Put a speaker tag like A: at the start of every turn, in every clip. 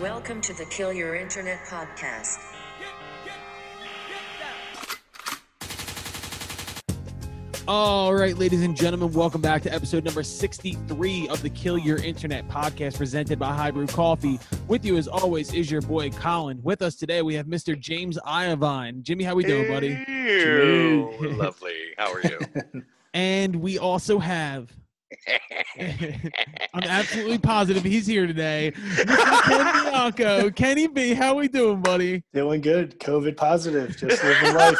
A: Welcome to the Kill Your Internet podcast.
B: All right, ladies and gentlemen, welcome back to episode number 63 of the Kill Your Internet podcast presented by High Brew Coffee. With you, as always, is your boy Colin. With us today, we have Mr. James Iovine. Jimmy, how we doing, buddy?
C: Ew,
B: Dude.
C: lovely. How are you?
B: And we also have. I'm absolutely positive he's here today. Mr. Ken Bianco, Kenny B, how we doing, buddy?
D: Doing good. COVID positive. Just living life.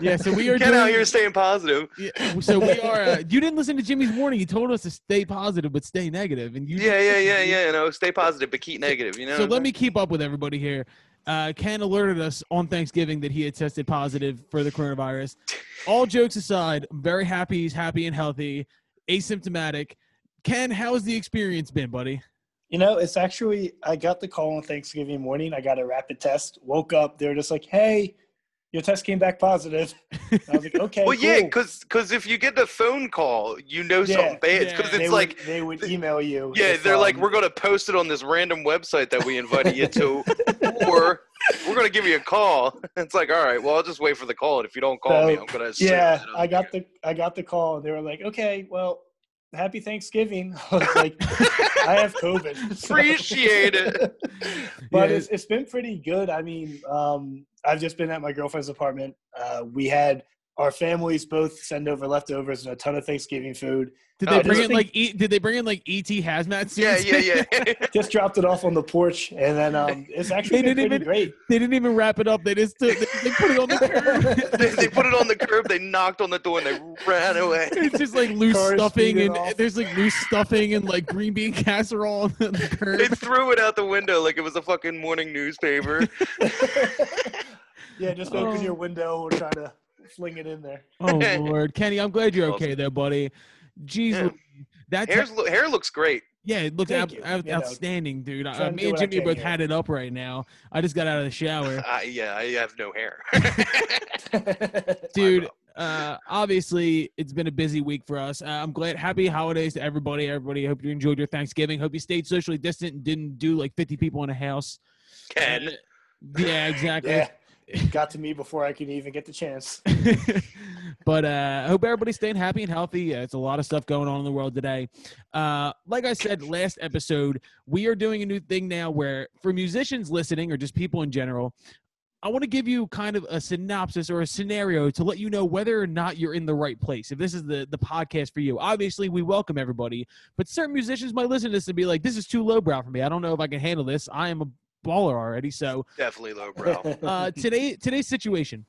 B: Yeah, so we are
C: Get out
B: doing.
C: here staying positive.
B: yeah, so we are. Uh, you didn't listen to Jimmy's warning. He told us to stay positive but stay negative, and you.
C: Yeah, yeah, yeah, yeah. You know, stay positive, but keep negative. You know.
B: So
C: what I'm
B: let me keep up with everybody here. Uh, Ken alerted us on Thanksgiving that he had tested positive for the coronavirus. All jokes aside, I'm very happy he's happy and healthy, asymptomatic. Ken, how's the experience been, buddy?
D: You know, it's actually, I got the call on Thanksgiving morning. I got a rapid test. Woke up. They were just like, hey, your test came back positive. And I was like, okay.
C: saying? Well, yeah,
D: cool."
C: because if you get the phone call, you know
D: oh. Yeah,
C: something bad.
B: yeah.
C: Because
D: They
C: it's
D: would,
C: like,
D: they would email you.
C: yeah,
D: if,
C: they're like,
D: um,
C: we're gonna post it on this random website that we invited you to, or we're gonna give you a call. It's like, all right, well, I'll just wait for the call, and if you don't call me,
D: So,
C: I'm gonna. assume
D: Yeah,
C: that I'm
D: I got the I got the call. They were like, okay, well, happy Thanksgiving. I was like, I have COVID. so-
C: Appreciate it.
D: but
B: Yeah.
D: it's, it's been pretty good. I mean, um, I've just been at my girlfriend's apartment. Uh, we had our families both send over leftovers and a ton of Thanksgiving food.
B: Did
C: Oh,
B: they
C: I
B: bring
D: just
B: in like e- did they bring in like ET hazmat suits?
C: Yeah, yeah, yeah.
D: Just dropped it off on the porch, and then um, it's actually
B: They
D: been
B: didn't
D: pretty great.
B: they didn't even wrap it up. They just took, they, they put it on the curb.
C: they, they put it on the curb. They knocked on the door and they ran away.
B: It's just like loose
D: Cars
B: stuffing
D: beat it
B: and
D: off.
B: there's like loose stuffing and like green bean casserole on the curb.
C: They threw it out the window like it was a fucking morning newspaper.
D: yeah, just
B: Oh.
D: open your window or try to fling it in there.
B: Oh Lord, Kenny, I'm glad you're okay there, buddy. Jeez,
C: Yeah.
B: Louise. that
C: Hair's, lo- hair looks great.
B: yeah, it looks
D: Thank
B: ab-
D: you.
B: ab-
D: You know,
B: outstanding, dude. I, uh,
D: trying to
B: me
D: do
B: and
D: what I
B: Jimmy
D: can
B: both
D: here.
B: had it up right now. I just got out of the shower,
C: I, yeah, I have no hair.
B: dude. Uh, obviously, it's been a busy week for us. Uh, I'm glad. Happy holidays to everybody. Everybody, hope you enjoyed your Thanksgiving. Hope you stayed socially distant and didn't do like 50 people in a house.
C: Ken,
B: Yeah, exactly.
D: yeah, got to me before I could even get the chance.
B: but uh, I hope everybody's staying happy and healthy. Uh, it's a lot of stuff going on in the world today. Uh, like I said last episode, we are doing a new thing now where, for musicians listening or just people in general, I want to give you kind of a synopsis or a scenario to let you know whether or not you're in the right place. If this is the, the podcast for you, obviously we welcome everybody, but certain musicians might listen to this and be like, this is too lowbrow for me. I don't know if I can handle this. I am a baller already. So
C: definitely lowbrow.
B: uh, today today's situation.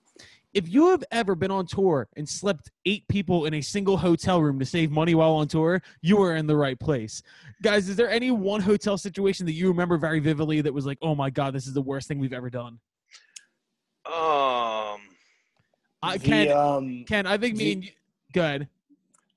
B: If you have ever been on tour and slept eight people in a single hotel room to save money while on tour, you are in the right place. Guys, is there any one hotel situation that you remember very vividly that was like, oh my God, this is the worst thing we've ever done?
C: Um,
B: I
D: The,
B: Ken,
D: um,
B: Ken, I think me
D: the-
B: and you, go ahead.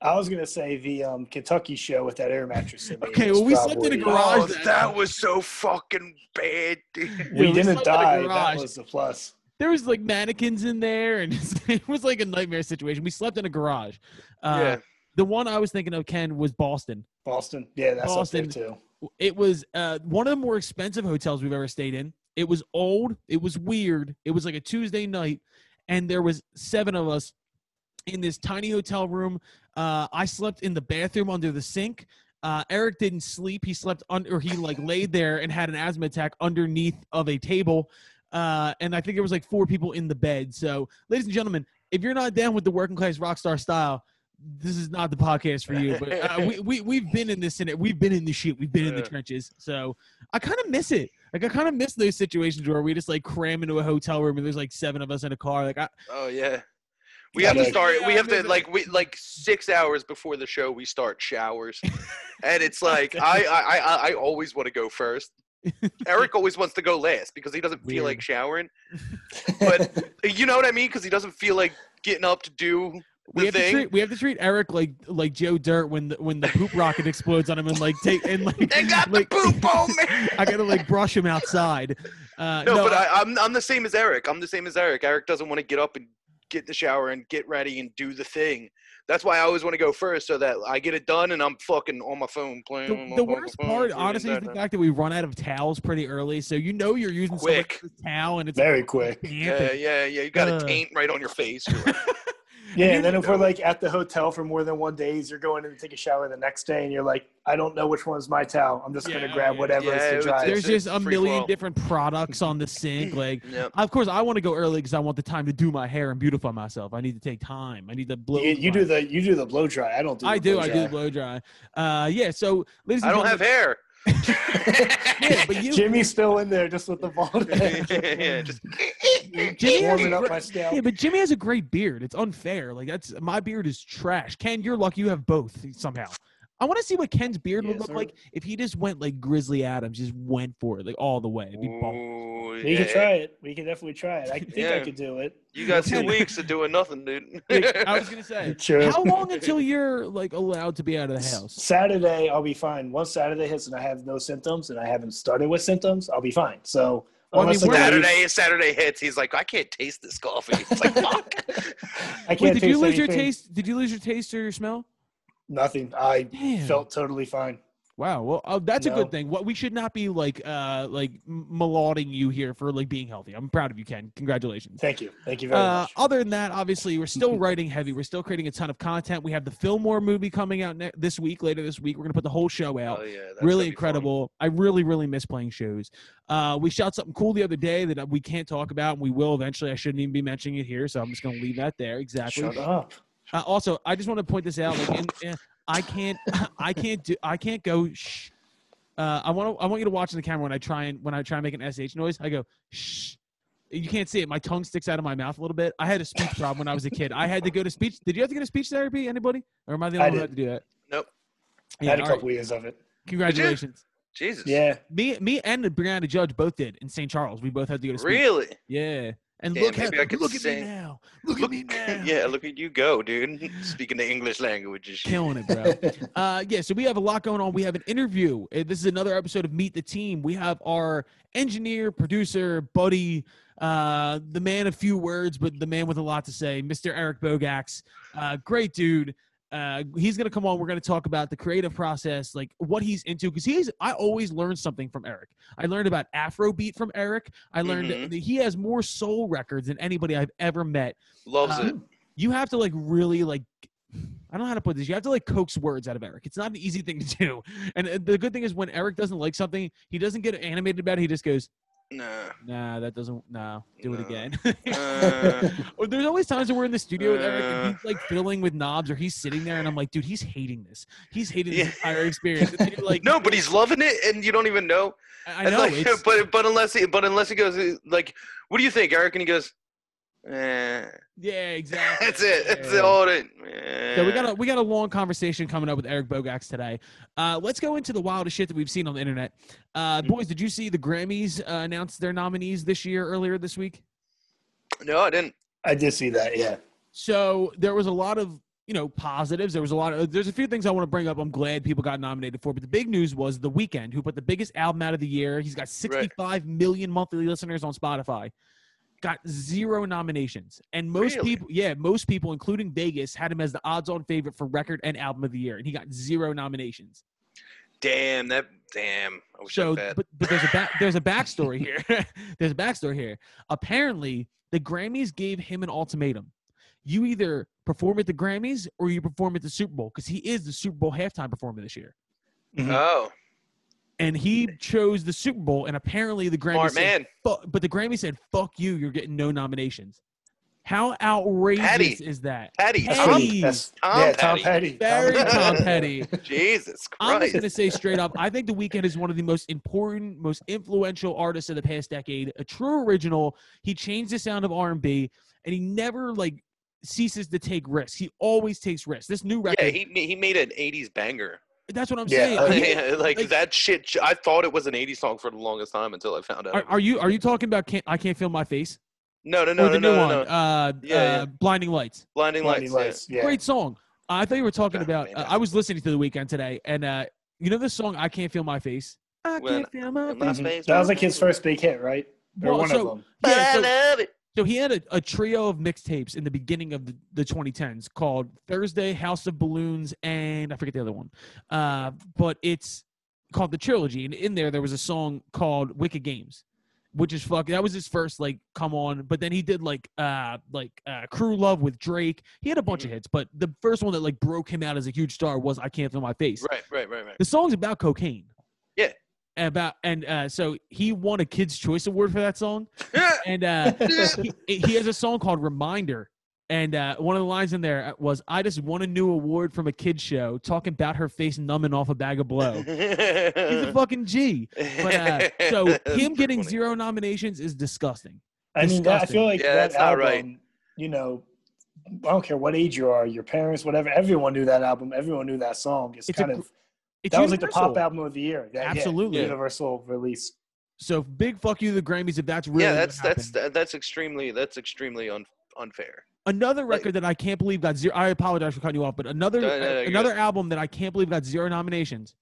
D: I was gonna say the um, Kentucky show with that air mattress. in me
B: Okay,
D: was
B: well, we slept in a
D: probably-
B: garage.
C: oh,
B: that-
C: that was so fucking bad. dude.
B: Yeah,
D: We
B: we
D: didn't
B: slept in a
D: die. That
B: garage.
D: was the plus.
B: There was like mannequins in there, and it was like a nightmare situation. We slept in a garage. Uh,
C: yeah,
B: The one I was thinking of, Ken, was Boston.
D: Boston. Yeah, that's
B: Boston.
D: up there too.
B: it was uh, one of the more expensive hotels we've ever stayed in. It was old. It was weird. It was like a Tuesday night, and there was seven of us in this tiny hotel room. Uh, I slept in the bathroom under the sink. Uh, Eric didn't sleep. He slept under, or he like laid there and had an asthma attack underneath of a table. Uh, and I think there was like four people in the bed. So, ladies and gentlemen, if you're not down with the working class rock star style, this is not the podcast for you. But uh, we, we we've been in this in it. We've been in the shit. We've been in the
C: Yeah.
B: trenches. So I kind of miss it. Like I kind of miss those situations where we just like cram into a hotel room and there's like seven of us in a car. Like I,
C: oh yeah. We have to
D: Yeah,
C: start. We have to
B: maybe-
C: like we like six hours before the show. We start showers, and it's like I I I, I always want to go first. Eric always wants to go last because he doesn't feel
B: Weird.
C: like showering. But you know what I mean? Because he doesn't feel like getting up to do
B: we
C: the
B: have to
C: thing.
B: treat we have to treat Eric like like Joe Dirt when the when the poop rocket explodes on him and like take and like
C: They got
B: like,
C: the poop on me.
B: I gotta like brush him outside. Uh,
C: No, but I, I'm I'm the same as Eric. I'm the same as Eric. Eric doesn't want to get up and get in the shower and get ready and do the thing. That's why I always want to go first so that I get it done and I'm fucking on my phone playing.
B: The, the worst part, honestly, is the fact that we run out of towels pretty early. So you know you're using someone
C: Quick.
B: else's towel, and it's
D: Very quick.
C: Yeah,
B: Damp
C: yeah, yeah. You got a
B: Uh.
C: taint right on your face. You're like,
D: Yeah,
B: You
D: and then if we're
C: know.
D: like at the hotel for more than one days, you're going in to take a shower the next day, and you're like, I don't know which one's my towel. I'm just
B: Yeah,
D: gonna grab
B: yeah.
D: whatever
C: Yeah, it
D: is
C: was
D: the driest.
B: There's
C: It's a
B: just a
C: free
B: million
C: flow.
B: different products on the sink. Like,
C: yep.
B: of course, I want to go early because I want the time to do my hair and beautify myself. I need to take time. I need to blow.
D: You, you
B: dry.
D: do the you do the blow dry. I don't do.
B: I
D: the
B: do.
D: blow
B: I
D: dry.
B: do blow dry. Uh, yeah. So, ladies and
C: I don't have
B: gentlemen,
C: hair.
B: Yeah, but you,
D: Jimmy's still in there, just with the bald head,
C: yeah, just
B: Jimmy has
D: warming
B: a
D: up
B: gre-
D: my scalp.
B: yeah, but Jimmy has a great beard. It's unfair. Like that's my beard is trash. Ken, you're lucky you have both somehow. I want to see what Ken's beard would
D: Yes,
B: look
D: sir.
B: like if he just went like Grizzly Adams, just went for it like all the way. It'd be bomb.
C: Ooh,
D: We
C: yeah.
D: could try it. We could definitely try it. I think I
C: Yeah.
D: could do it.
C: You got two
B: Ken-
C: weeks of doing nothing, dude.
B: Yeah, I was gonna say,
D: Sure.
B: how long until you're like allowed to be out of the house?
D: Saturday, I'll be fine. Once Saturday hits and I have no symptoms and I haven't started with symptoms, I'll be fine. So
B: Well, I mean,
D: unless I,
B: we're-
D: gotta-
C: Saturday, Saturday hits. He's like, I can't taste this coffee. It's like, fuck.
D: I can't
B: Wait, did you
D: taste
B: lose your
D: anything.
B: taste? Did you lose your taste or your smell?
D: Nothing. I
B: Damn.
D: felt totally fine.
B: Wow. Well, uh, that's a
D: No.
B: good thing. What we should not be like, uh, like m- malauding you here for like being healthy. I'm proud of you, Ken. Congratulations.
D: Thank you. Thank you very
B: Uh,
D: much.
B: other than that, obviously, we're still writing heavy. We're still creating a ton of content. We have the Fillmore movie coming out ne- this week, later this week. We're gonna put the whole show out.
C: Oh, yeah, that's gonna
B: really
C: be
B: incredible. I really, really miss playing shows. Uh, we shot something cool the other day that we can't talk about, and we will eventually. I shouldn't even be mentioning it here, so I'm just gonna leave that there. Exactly.
D: Shut up.
B: Uh, also, I just want to point this out. Like, in, in- I can't, I can't do, I can't go. Shh. Uh, I want to, I want you to watch in the camera when I try and when I try and make an sh noise. I go shh. You can't see it. My tongue sticks out of my mouth a little bit. I had a speech problem when I was a kid. I had to go to speech. Did you have to go to speech therapy? Anybody? Or am I the
D: I
B: only one who had to do that?
C: Nope.
D: I
B: Yeah,
D: had a
B: all
D: couple
B: right.
D: years of it.
B: Congratulations.
C: Jesus.
D: Yeah.
B: Me, me, and Brianna Judge both did in St. Charles. We both had to go to speech.
C: Really?
B: Yeah. And
C: Damn,
B: look, at,
C: maybe I could
B: look at me
C: sing.
B: now. Look, at me now.
C: yeah, look at you go, dude. Speaking the English language and shit.
B: Killing it, bro. Uh, yeah, so we have a lot going on. We have an interview. Uh, This is another episode of Meet the Team. We have our engineer, producer, buddy, uh, the man of few words, but the man with a lot to say, Mr. Eric Bogax. Uh, great dude. Uh, he's gonna come on. We're gonna talk about the creative process, like what he's into, because he's. I always learn something from Eric. I learned about Afrobeat from Eric. I learned
C: Mhm.
B: that he has more soul records than anybody I've ever met
C: Loves
B: Uh,
C: it.
B: you have to like really like I don't know how to put this. You have to like coax words out of Eric. It's not an easy thing to do. And uh, the good thing is when Eric doesn't like something, he doesn't get animated about it. He just goes,
C: Nah.
B: "Nah, that doesn't. Nah, do it
C: Nah.
B: again."
C: Uh,
B: or there's always times when we're in the studio with Eric
C: Uh.
B: and he's like fiddling with knobs, or he's sitting there, and I'm like, "Dude, he's hating this. He's hating
C: Yeah.
B: this entire experience." And you're like,
C: no, but he's loving it, and you don't even know.
B: I I
C: And
B: know."
C: like,
B: it's,
C: but but unless he but unless he goes eh, like, what do you think, Eric? And he goes, eh.
B: yeah, exactly.
C: That's it. That's
B: Yeah.
C: all it.
B: So we got a we got a long conversation coming up with Eric Bogax today. Uh, let's go into the wildest shit that we've seen on the internet. Uh, boys, did you see the Grammys uh, announce their nominees this year earlier this week?
C: No, I didn't.
D: I did see that. Yeah.
B: So there was a lot of you know positives. There was a lot of there's a few things I want to bring up. I'm glad people got nominated for, but the big news was The Weeknd, who put the biggest album out of the year. He's got 65 million monthly listeners on Spotify. Got zero nominations, and most
C: Really?
B: people, yeah, most people, including Vegas, had him as the odds-on favorite for record and album of the year, and he got zero nominations.
C: Damn that. Damn. I wish
B: So,
C: I bet.
B: but, but there's a back there's a backstory here. there's a backstory here. Apparently, the Grammys gave him an ultimatum: you either perform at the Grammys or you perform at the Super Bowl, because he is the Super Bowl halftime performer this year.
C: Oh,
B: And he chose the Super Bowl, and apparently the Grammys
C: smart
B: said,
C: man.
B: "Fu- but the Grammy said, "Fuck you, you're getting no nominations." How outrageous
C: Patty.
B: is that?
C: Patty.
D: That's
C: Tom-
D: pretty-
B: Petty.
D: that's-
C: Tom
D: yeah, Tom Petty.
C: Petty.
B: Very
D: Tom
B: Tom Petty.
C: Jesus
B: I'm just
C: Christ.
B: gonna say straight up, I think The Weeknd is one of the most important, most influential artists of the past decade. A true original. He changed the sound of R&B, and he never like ceases to take risks. He always takes risks. This new record,
C: Yeah, he ma- he made an '80s banger.
B: that's what I'm
D: Yeah,
B: saying.
D: I
B: Like,
D: mean-
C: Yeah, like,
B: like-
C: that shit. j- I thought it was an '80s song for the longest time until I found out.
B: are,
C: it was-
B: are you are you talking about can't, I can't feel my face?
C: no, no,
B: or
C: no,
B: the
C: no,
B: new
C: no,
B: one,
C: no, no.
B: Uh,
C: Yeah,
B: uh,
C: yeah.
B: Blinding Lights.
C: Blinding
D: Blinding
C: Lights.
D: Lights, Yeah.
B: Great song. I thought you were talking
C: God,
B: about.
C: man,
B: Uh,
C: that's-
B: I was listening to The Weeknd today, and uh, you know this song, "I Can't Feel My Face." I
C: When-
B: can't feel my
C: in my
B: face.
D: Mhm.
C: space,
D: That was
C: my
D: like his
C: face.
D: first big hit, right? Or
B: Well,
D: one
B: so-
D: of them.
B: Yeah,
C: But I
B: so-
C: love it.
B: So he had a, a trio of mixtapes in the beginning of the, the 2010s called Thursday, House of Balloons, and I forget the other one. Uh, but it's called the trilogy, and in there there was a song called Wicked Games, which is fuck. That was his first like come on. But then he did like uh like uh, Crew Love with Drake. He had a bunch
C: Mm-hmm.
B: of hits, but the first one that like broke him out as a huge star was I Can't Feel My Face.
C: Right, right, right, right.
B: The song's about cocaine.
C: Yeah.
B: About and uh, so he won a Kids Choice Award for that song,
C: Yeah,
B: and uh, he, he has a song called Reminder. And uh, one of the lines in there was, I just won a new award from a kid's show talking about her face numbing off a bag of blow. He's a fucking G. But, uh, so
C: That's
B: him
C: pretty
B: getting
C: funny.
B: zero nominations is disgusting.
D: I mean, that, I
B: Disgusting.
D: feel like
C: Yeah,
D: that
C: that's not
D: album,
C: right.
D: you know, I don't care what age you are, your parents, whatever, everyone knew that album, everyone knew that song. It's,
B: It's a
D: kind
B: gr-
D: of
B: It's
D: that was like the
B: universal.
D: pop album of the year. That, yeah,
B: Absolutely.
D: universal release.
B: So big fuck you to the Grammys if that's really
C: yeah,
B: what
C: that's that's
B: happened.
C: that- that's extremely that's extremely un, unfair.
B: another
C: Like-
B: record that I can't believe got zero. I apologize for cutting you off, but another uh,
C: No, no, no, you're
B: another album that I can't believe got zero nominations.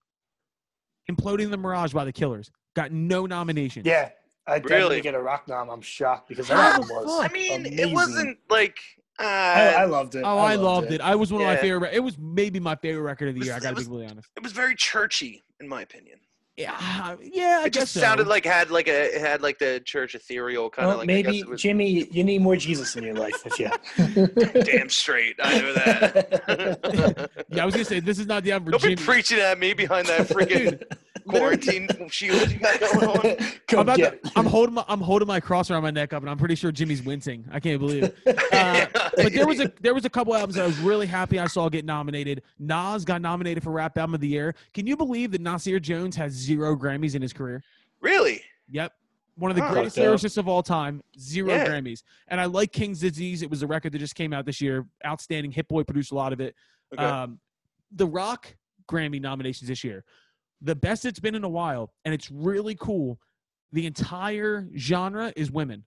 B: Imploding the Mirage by the Killers got no nominations.
D: Yeah, I definitely
C: Really?
D: get a rock nom. I'm shocked because that
B: How
D: album
B: the
D: was.
B: fuck?
C: I mean, it
D: amazing.
C: wasn't like uh,
D: I, I loved it.
B: Oh, I loved it. I was one of my
C: Yeah.
B: favorite. It was maybe my favorite record of the
C: Was-
B: year. I
C: it
B: gotta
C: was-
B: be really honest.
C: it was very churchy in my opinion.
B: Yeah, I- yeah. I
C: it just
B: guess
C: sounded
B: so.
C: like had like a it had like the church ethereal kind of
D: Well,
C: like I guess
D: maybe
C: it was
D: Jimmy, you need more Jesus in your life, if you.
C: damn straight. I know that.
B: Yeah, I was gonna say this is not the album for
C: Don't
B: Jimmy.
C: be preaching at me behind that freaking quarantine shield you got going on.
B: I'm,
D: Come
B: about
D: get
B: to,
D: it.
B: I'm holding my I'm holding my cross around my neck up, and I'm pretty sure Jimmy's wincing. I can't believe it. Uh, but there was a there was a couple albums that I was really happy I saw get nominated. Nas got nominated for Rap Album of the Year. Can you believe that Nasir Jones has zero Grammys in his career?
C: really
B: Yep. One of the
C: Wow.
B: greatest
D: Fucked up.
B: lyricists of all time, zero
C: Yeah.
B: Grammys. And I like King's Disease. It was a record that just came out this year. Outstanding. Hit Boy produced a lot of it.
C: Okay.
B: Um, the Rock Grammy nominations this year, the best it's been in a while, and it's really cool. The entire genre is women.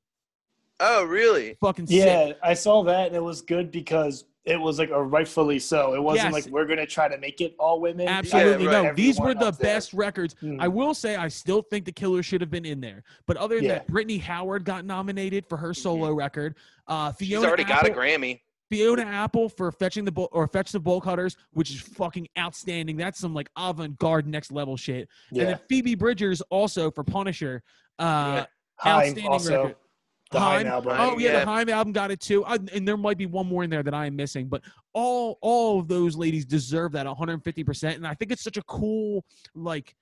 C: oh really
B: Fucking sick.
D: Yeah, I saw that, and it was good because it was like a rightfully so. It wasn't
B: Yes.
D: like we're gonna try to make it all women.
B: Absolutely
C: right.
B: no. These were
D: Everyone
B: the
D: up there.
B: best records.
D: Hmm.
B: I will say I still think the killer should have been in there. But other than that, Brittany Howard got nominated for her solo record. Uh,
C: Mm-hmm. she's
B: Fiona
C: already got a
B: Apple-
C: Grammy
B: Fiona Apple for fetching the bull or fetch the bowl cutters, which is fucking outstanding. That's some like avant-garde next level shit.
D: Yeah.
B: And then Phoebe Bridgers also for Punisher. Uh,
D: Heim
B: outstanding
D: also.
B: record.
D: The Heim,
B: Heim.
D: album.
C: Heim,
B: Oh yeah,
C: yeah.
B: the Heim album got it too. I, and there might be one more in there that I am missing, but all all of those ladies deserve that 150%. And I think it's such a cool like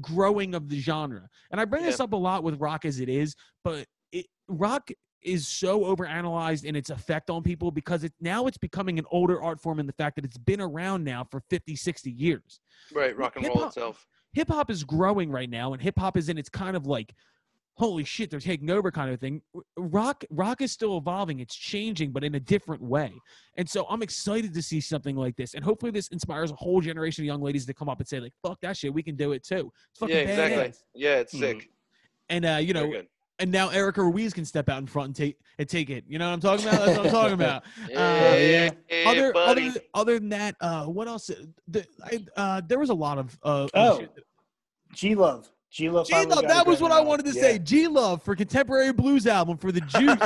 B: growing of the genre. And I bring this up a lot with rock as it is, but it, rock is so overanalyzed in its effect on people because it now it's becoming an older art form in the fact that it's been around now for 50, 60 years
C: right rock and roll
B: hip-hop-
C: itself
B: hip hop is growing right now, and hip hop is in its kind of like, holy shit, they're taking over kind of thing. R- Rock, rock is still evolving. It's changing, but in a different way. And so I'm excited to see something like this, and hopefully this inspires a whole generation of young ladies to come up and say like, fuck that shit, we can do it too. It's fucking
C: yeah exactly
B: badass.
C: yeah it's
D: Mhm.
C: sick
B: And uh, you
C: Very
B: know,
C: good.
B: and now Erica Ruiz can step out in front and take and take it. You know what I'm talking about? That's what I'm talking about.
C: yeah, yeah, yeah,
B: Other,
C: buddy.
B: other, other than that, uh, what else? The, I, uh, there was a lot of uh, of
D: Oh,
B: shit
D: G Love. G Love.
B: G Love, that was what I wanted to say. G Love for contemporary blues album for the Juice.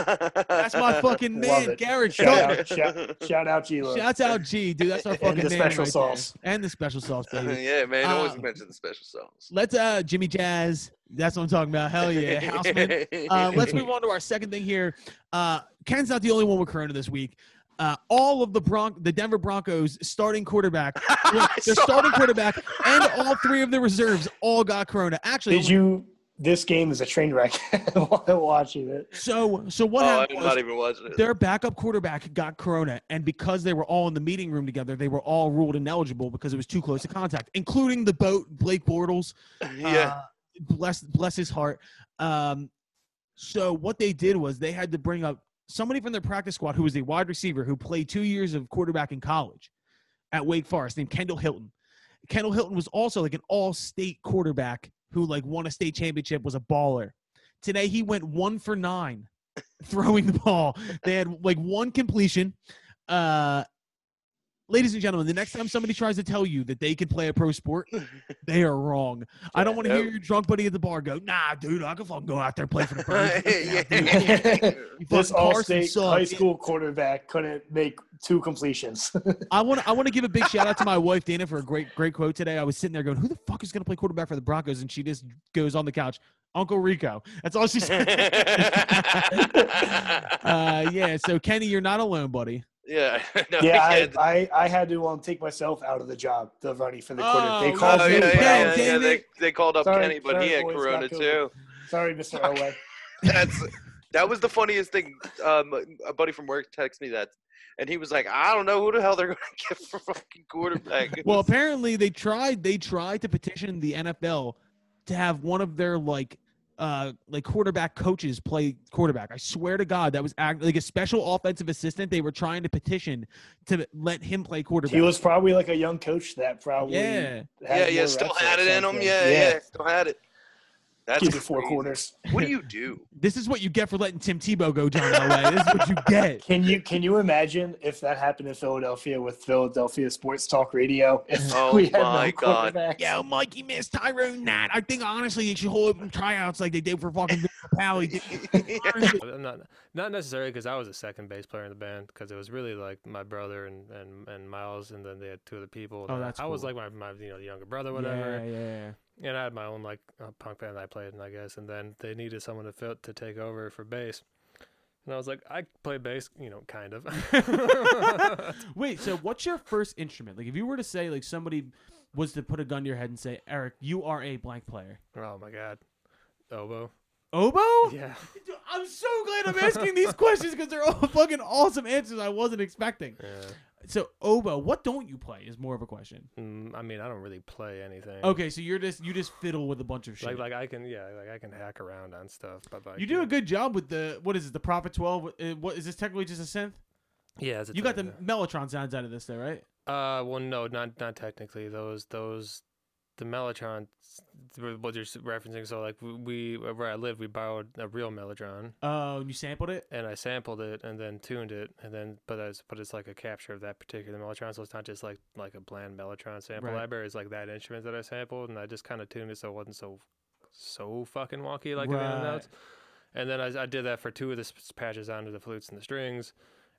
B: That's my fucking
D: Love
B: man,
D: it.
B: Garrett.
D: Shout
B: Shout
D: out, shout, shout out G Love.
B: Shouts out G, dude. That's our
C: And
B: fucking
D: the
B: man
D: special
B: right
D: sauce.
B: there. and the special sauce, baby.
C: yeah man always
B: Um,
C: mention the special songs
B: Let's uh Jimmy Jazz. That's what I'm talking about. Hell yeah, Houseman. Uh,
C: Oh,
B: let's move on to our second thing here. Uh, Ken's not the only one with Corona this week. Uh, all of the Bron- the Denver Broncos starting quarterback,
C: I
B: their
C: saw
B: starting quarterback, and all three of the reserves all got Corona. Actually,
D: Did you? This game is a train wreck. while watching it.
B: so so what
C: oh,
B: happened?
C: I'm
B: was-
C: not even watching it.
B: their backup quarterback got corona, and because they were all in the meeting room together, they were all ruled ineligible because it was too close to contact, including the boat Blake Bortles.
C: yeah,
B: uh, bless bless his heart. Um, so what they did was they had to bring up somebody from their practice squad who was a wide receiver who played two years of quarterback in college at Wake Forest, named Kendall Hilton. Kendall Hilton was also like an all-state quarterback who like won a state championship, was a baller. Today he went one for nine throwing the ball. They had like one completion. Uh,
E: ladies and gentlemen, the next time somebody tries to tell you that they can play a pro sport, they are wrong. I don't
C: Yeah,
E: want to
C: no.
E: hear your drunk buddy at the bar go, "Nah, dude, I can fucking go out there and play for the pros."
B: uh,
C: Yeah.
E: You
D: This
E: fucking
D: all
E: Carson
D: state
E: sucks.
D: high school quarterback couldn't make two completions.
E: I want to I want to give a big shout out to my wife Dana for a great great quote today. I was sitting there going, "Who the fuck is going to play quarterback for the Broncos?" And she just goes on the couch, "Uncle Rico." That's all she said. uh, yeah. So Kenny, you're not alone, buddy.
C: yeah. No,
D: yeah,
C: yeah,
D: I,
C: th-
D: I, I had to um, take myself out of the job, the running for the
E: Oh,
D: quarter. They
E: no,
D: called
C: oh,
D: me.
C: yeah,
D: but I
C: yeah,
D: was-
C: yeah,
E: damn
C: They,
E: it.
C: they called up
D: Sorry,
C: Kenny, but
D: sorry,
C: he had
D: boys,
C: Corona
D: got COVID.
C: too.
D: Sorry, Mr. Elway.
C: That's that was the funniest thing. Um, a buddy from work texted me that, and he was like, "I don't know who the hell they're going to get for fucking quarterback." It
E: Well,
C: was-
E: apparently they tried they tried to petition the NFL to have one of their like uh like quarterback coaches play quarterback. I swear to God, that was act- like a special offensive assistant. They were trying to petition to let him play quarterback.
D: He was probably like a young coach that probably.
E: yeah.
D: had
C: yeah, yeah,
D: more
C: still
D: reps
C: had
D: or
C: it in him.
D: something.
C: Yeah, yeah, still had it. That's
D: Give it four
C: crazy.
D: quarters.
C: What do you do?
E: This is what you get for letting Tim Tebow go down the way. This is what you get.
D: Can you can you imagine if that happened in Philadelphia with Philadelphia Sports Talk Radio? If
C: Oh
D: we had
C: my
D: no
C: God.
D: quarterbacks?
E: Yo, Mikey missed Tyrone Nat. I think honestly you should hold open tryouts like they did for fucking Vince Papale. Honestly,
F: I'm not not necessarily because I was a second bass player in the band because it was really like my brother and, and, and Miles and then they had two other people.
E: Oh,
F: and I-
E: that's
F: I was
E: cool.
F: like my, my you know younger brother
E: Yeah,
F: whatever,
E: yeah.
F: and I had my own like uh, punk band that I played in I guess, and then they needed someone to fill, to take over for bass, and I was like I play bass you know kind of.
B: Wait, so what's your first instrument? Like, if you were to say, like, somebody was to put a gun to your head and say, Eric, you are a blank player.
F: oh my god, oboe.
B: Oboe?
F: Yeah,
B: Dude, I'm so glad I'm asking these questions because they're all fucking awesome answers I wasn't expecting.
F: yeah.
B: So, oboe, what don't you play is more of a question.
F: Mm, I mean I don't really play anything.
B: Okay, so you're just you just fiddle with a bunch of Oh, shit.
F: Like like I can yeah like I can hack around on stuff, but like
B: you do
F: yeah.
B: a good job with the what is it? The Prophet Twelve? uh, What is this technically just a synth?
F: yeah. it's a
B: You got the
F: thing, yeah.
B: Mellotron sounds out of this, though, right?
F: Uh, well, no, not not technically. Those those the Mellotron, what you're s- referencing. So like we we- where I live, we borrowed a real Mellotron
B: Oh, and you sampled it.
F: and I sampled it and then tuned it and then but it's but it's like a capture of that particular Mellotron. So it's not just like like a bland Mellotron sample
B: Right.
F: library. It's like that instrument that I sampled and I just kind of tuned it so it wasn't so so fucking wonky like in the
B: Right.
F: other notes. And then I, I did that for two of the s- patches onto the flutes and the strings,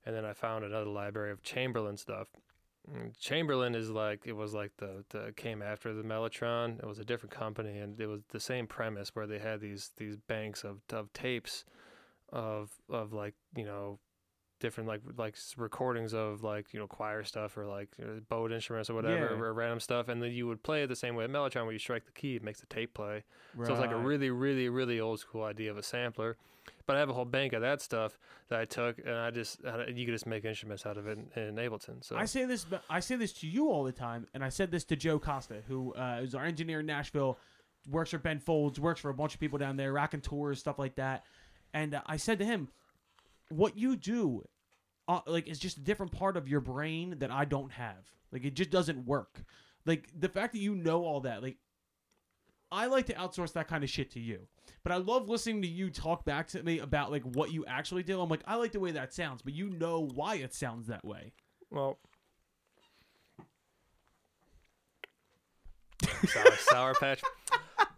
F: and then I found another library of Chamberlain stuff. Mm, Chamberlain is like it was like the, the came after the Mellotron. It was a different company, and it was the same premise where they had these these banks of of tapes, of of like you know, different like like s- recordings of like you know choir stuff or like you know, bowed instruments or whatever
B: Yeah.
F: or random stuff, and then you would play it the same way at Mellotron where you strike the key, it makes the tape play. So it's like a
B: Right.
F: really, really, really old school idea of a sampler. But I have a whole bank of that stuff that I took, and I just I, you could just make instruments out of it in, in Ableton. So
B: I say this, but I say this to you all the time, and I said this to Joe Costa, who uh, is our engineer in Nashville, works for Ben Folds, works for a bunch of people down there, rocking tours, stuff like that. And uh, I said to him, "What you do, uh, like, is just a different part of your brain that I don't have. Like, it just doesn't work. Like the fact that you know all that, like." I like to outsource that kind of shit to you. But I love listening to you talk back to me about like what you actually do. I'm like, I like the way that sounds, but you know why it sounds that way.
F: well. sour, sour patch.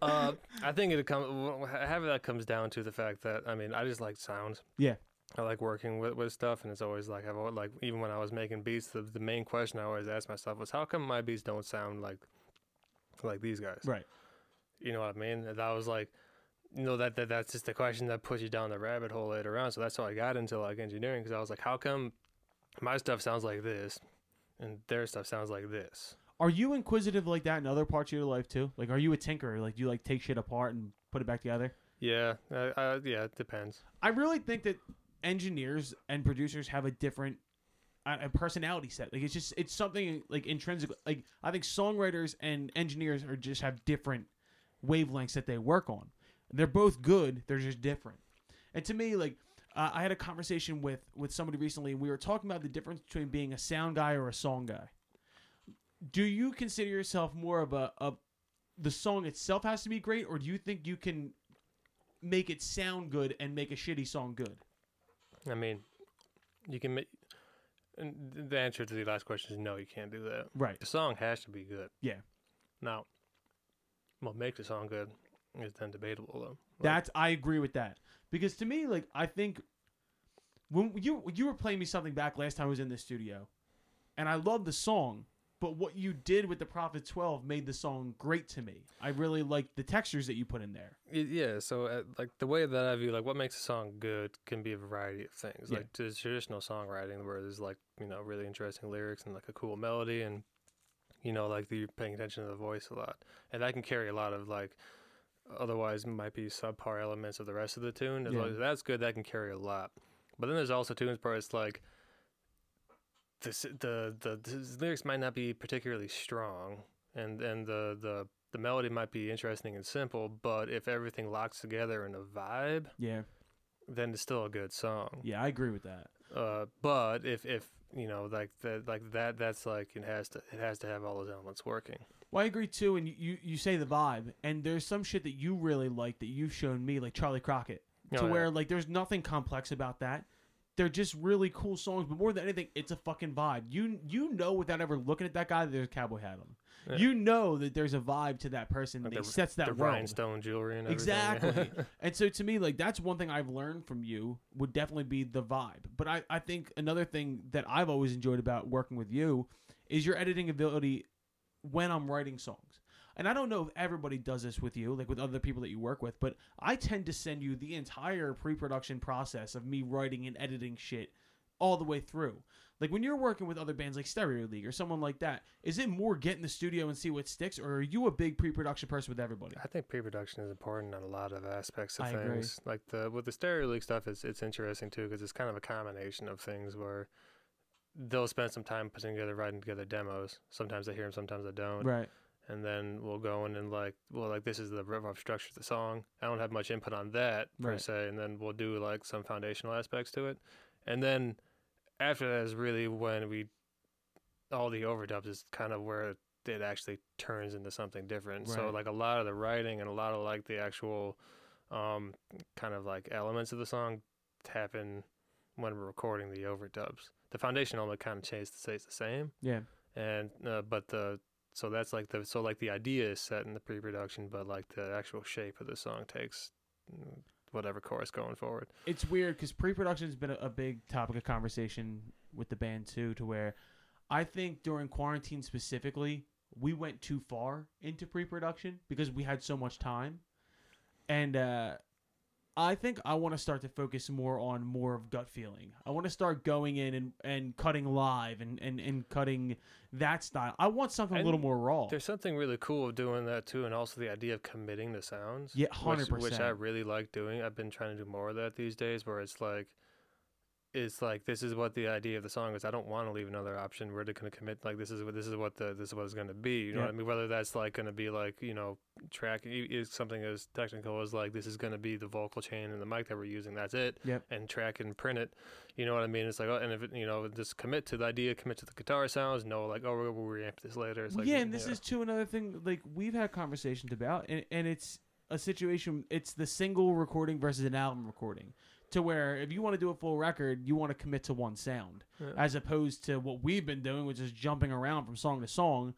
F: Uh, I think it comes. Half of that comes down to the fact that I mean, I just like sound.
B: Yeah.
F: I like working with, with stuff, and it's always like I've al- like even when I was making beats, the, the main question I always asked myself was, how come my beats don't sound like like these guys?
B: Right.
F: You know what I mean? And That was like, you know, that, that that's just the question that puts you down the rabbit hole later on. So that's how I got into like engineering because I was like, how come my stuff sounds like this and their stuff sounds like this?
B: Are you inquisitive like that in other parts of your life too? Like, are you a tinkerer? Like, do you like take shit apart and put it back together?
F: Yeah, I, I, yeah, it depends.
B: I really think that engineers and producers have a different uh, a personality set. Like, it's just it's something like intrinsic. Like, I think songwriters and engineers are just have different wavelengths that they work on. They're both good. They're just different. And to me, like. Uh, I had a conversation with, with somebody recently, and we were talking about the difference between being a sound guy or a song guy. do you consider yourself more of a of the song itself has to be great or do you think you can make it sound good and make a shitty song good
F: I mean, you can make and th- the answer to the last question is no, you can't do that.
B: Right.
F: The song has to be good.
B: Yeah.
F: Now, what makes a song good is then debatable though. Like,
B: That's I agree with that because to me, like I think when you you were playing me something back last time I was in the studio, and I loved the song, but what you did with the Prophet Twelve made the song great to me. I really liked the textures that you put in there.
F: Y- yeah so uh, like the way that i view like what makes a song good can be a variety of things
B: Yeah.
F: like there's traditional songwriting where there's like you know really interesting lyrics and like a cool melody and you know like you're paying attention to the voice a lot and that can carry a lot of like otherwise might be subpar elements of the rest of the tune as
B: Yeah.
F: long as that's good that can carry a lot but then there's also tunes where it's like the s- the the, the lyrics might not be particularly strong, and and the the the melody might be interesting and simple, but if everything locks together in a vibe,
B: Yeah,
F: then it's still a good song.
B: yeah, I agree with that.
F: Uh, but if if you know like that like that that's like it has to it has to have all those elements working.
B: Well, I agree too, and you- you you say the vibe, and there's some shit that you really like that you've shown me, like Charlie Crockett, to
F: Oh, yeah.
B: where like there's nothing complex about that. They're just really cool songs, but more than anything, it's a fucking vibe. You you know without ever looking at that guy that there's a cowboy hat on.
F: Yeah.
B: You know that there's a vibe to that person
F: Like
B: that
F: the-
B: sets that
F: the
B: world.
F: rhinestone jewelry and everything. yeah.
B: Exactly. and so to me, like that's one thing I've learned from you would definitely be the vibe. But I, I think another thing that I've always enjoyed about working with you is your editing ability when I'm writing songs. And I don't know if everybody does this with you, like with other people that you work with, but I tend to send you the entire pre production process of me writing and editing shit all the way through. Like when you're working with other bands like Stereo League or someone like that, is it more get in the studio and see what sticks, or are you a big pre production person with everybody?
F: I think pre-production is important on a lot of aspects of
B: I agree.
F: things. Like the with the stereo leak stuff, it's it's interesting too because it's kind of a combination of things where they'll spend some time putting together, writing together demos. Sometimes I hear them, sometimes I don't.
B: Right.
F: And then we'll go in and like, well, like this is the rough structure of the song. I don't have much input on that per
B: Right.
F: se. And then we'll do like some foundational aspects to it. And then after that is really when we all the overdubs is kind of where it actually turns into something different. So
B: Right.
F: like a lot of the writing and a lot of like the actual um kind of like elements of the song happen when we're recording the overdubs. The foundation element kind of stays stays the same.
B: Yeah.
F: And uh, but the so that's like the so like the idea is set in the pre-production, but like the actual shape of the song takes mm, whatever course going forward.
B: it's weird because pre-production has been a, a big topic of conversation with the band too to where i think during quarantine specifically we went too far into pre-production because we had so much time and uh, i think i want to start to focus more on more of gut feeling i want to start going in and, and cutting live and, and, and cutting that style i want something a
F: And
B: little more raw
F: There's something really cool of doing that too, and also the idea of committing to sounds.
B: Yeah,
F: which- Which, I
B: 100%.
F: really like doing. I've been trying to do more of that these days, where it's like, it's like this is what the idea of the song is. I don't want to leave another option. We're just gonna commit. Like this is what this is what the this is what it's gonna be. You know
B: Yeah.
F: what I mean? Whether that's like gonna be like you know track i- is something as technical as like this is gonna be the vocal chain and the mic that we're using. That's it.
B: Yep.
F: And track and print it. You know what I mean? It's like oh, and if it, you know just commit to the idea, commit to the guitar sounds. No, like oh we're gonna reamp this later. It's
B: Well,
F: like
B: yeah, and this is too another thing like we've had conversations about, and, and it's a situation. It's the single recording versus an album recording, to where if you want to do a full record, you want to commit to one sound,
F: Yeah.
B: as opposed to what we've been doing, which is jumping around from song to song.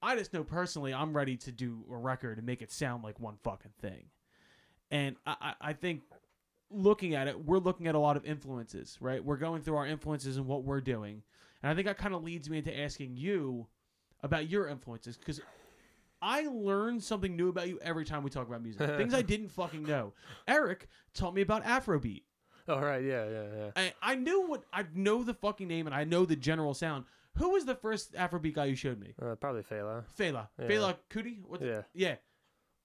B: I just know personally, I'm ready to do a record and make it sound like one fucking thing, and I, I, I think looking at it, we're looking at a lot of influences, right? We're going through our influences and what we're doing. And I think that kind of leads me into asking you about your influences because I learn something new about you every time we talk about music. Things I didn't fucking know. Eric taught me about Afrobeat.
F: All right, yeah, yeah, yeah.
B: I, I knew what I know the fucking name and I know the general sound. Who was the first Afrobeat guy you showed me?
F: Uh, probably Fela.
B: Fela.
F: Yeah.
B: Fela Kuti? What's
F: Yeah.
B: Yeah.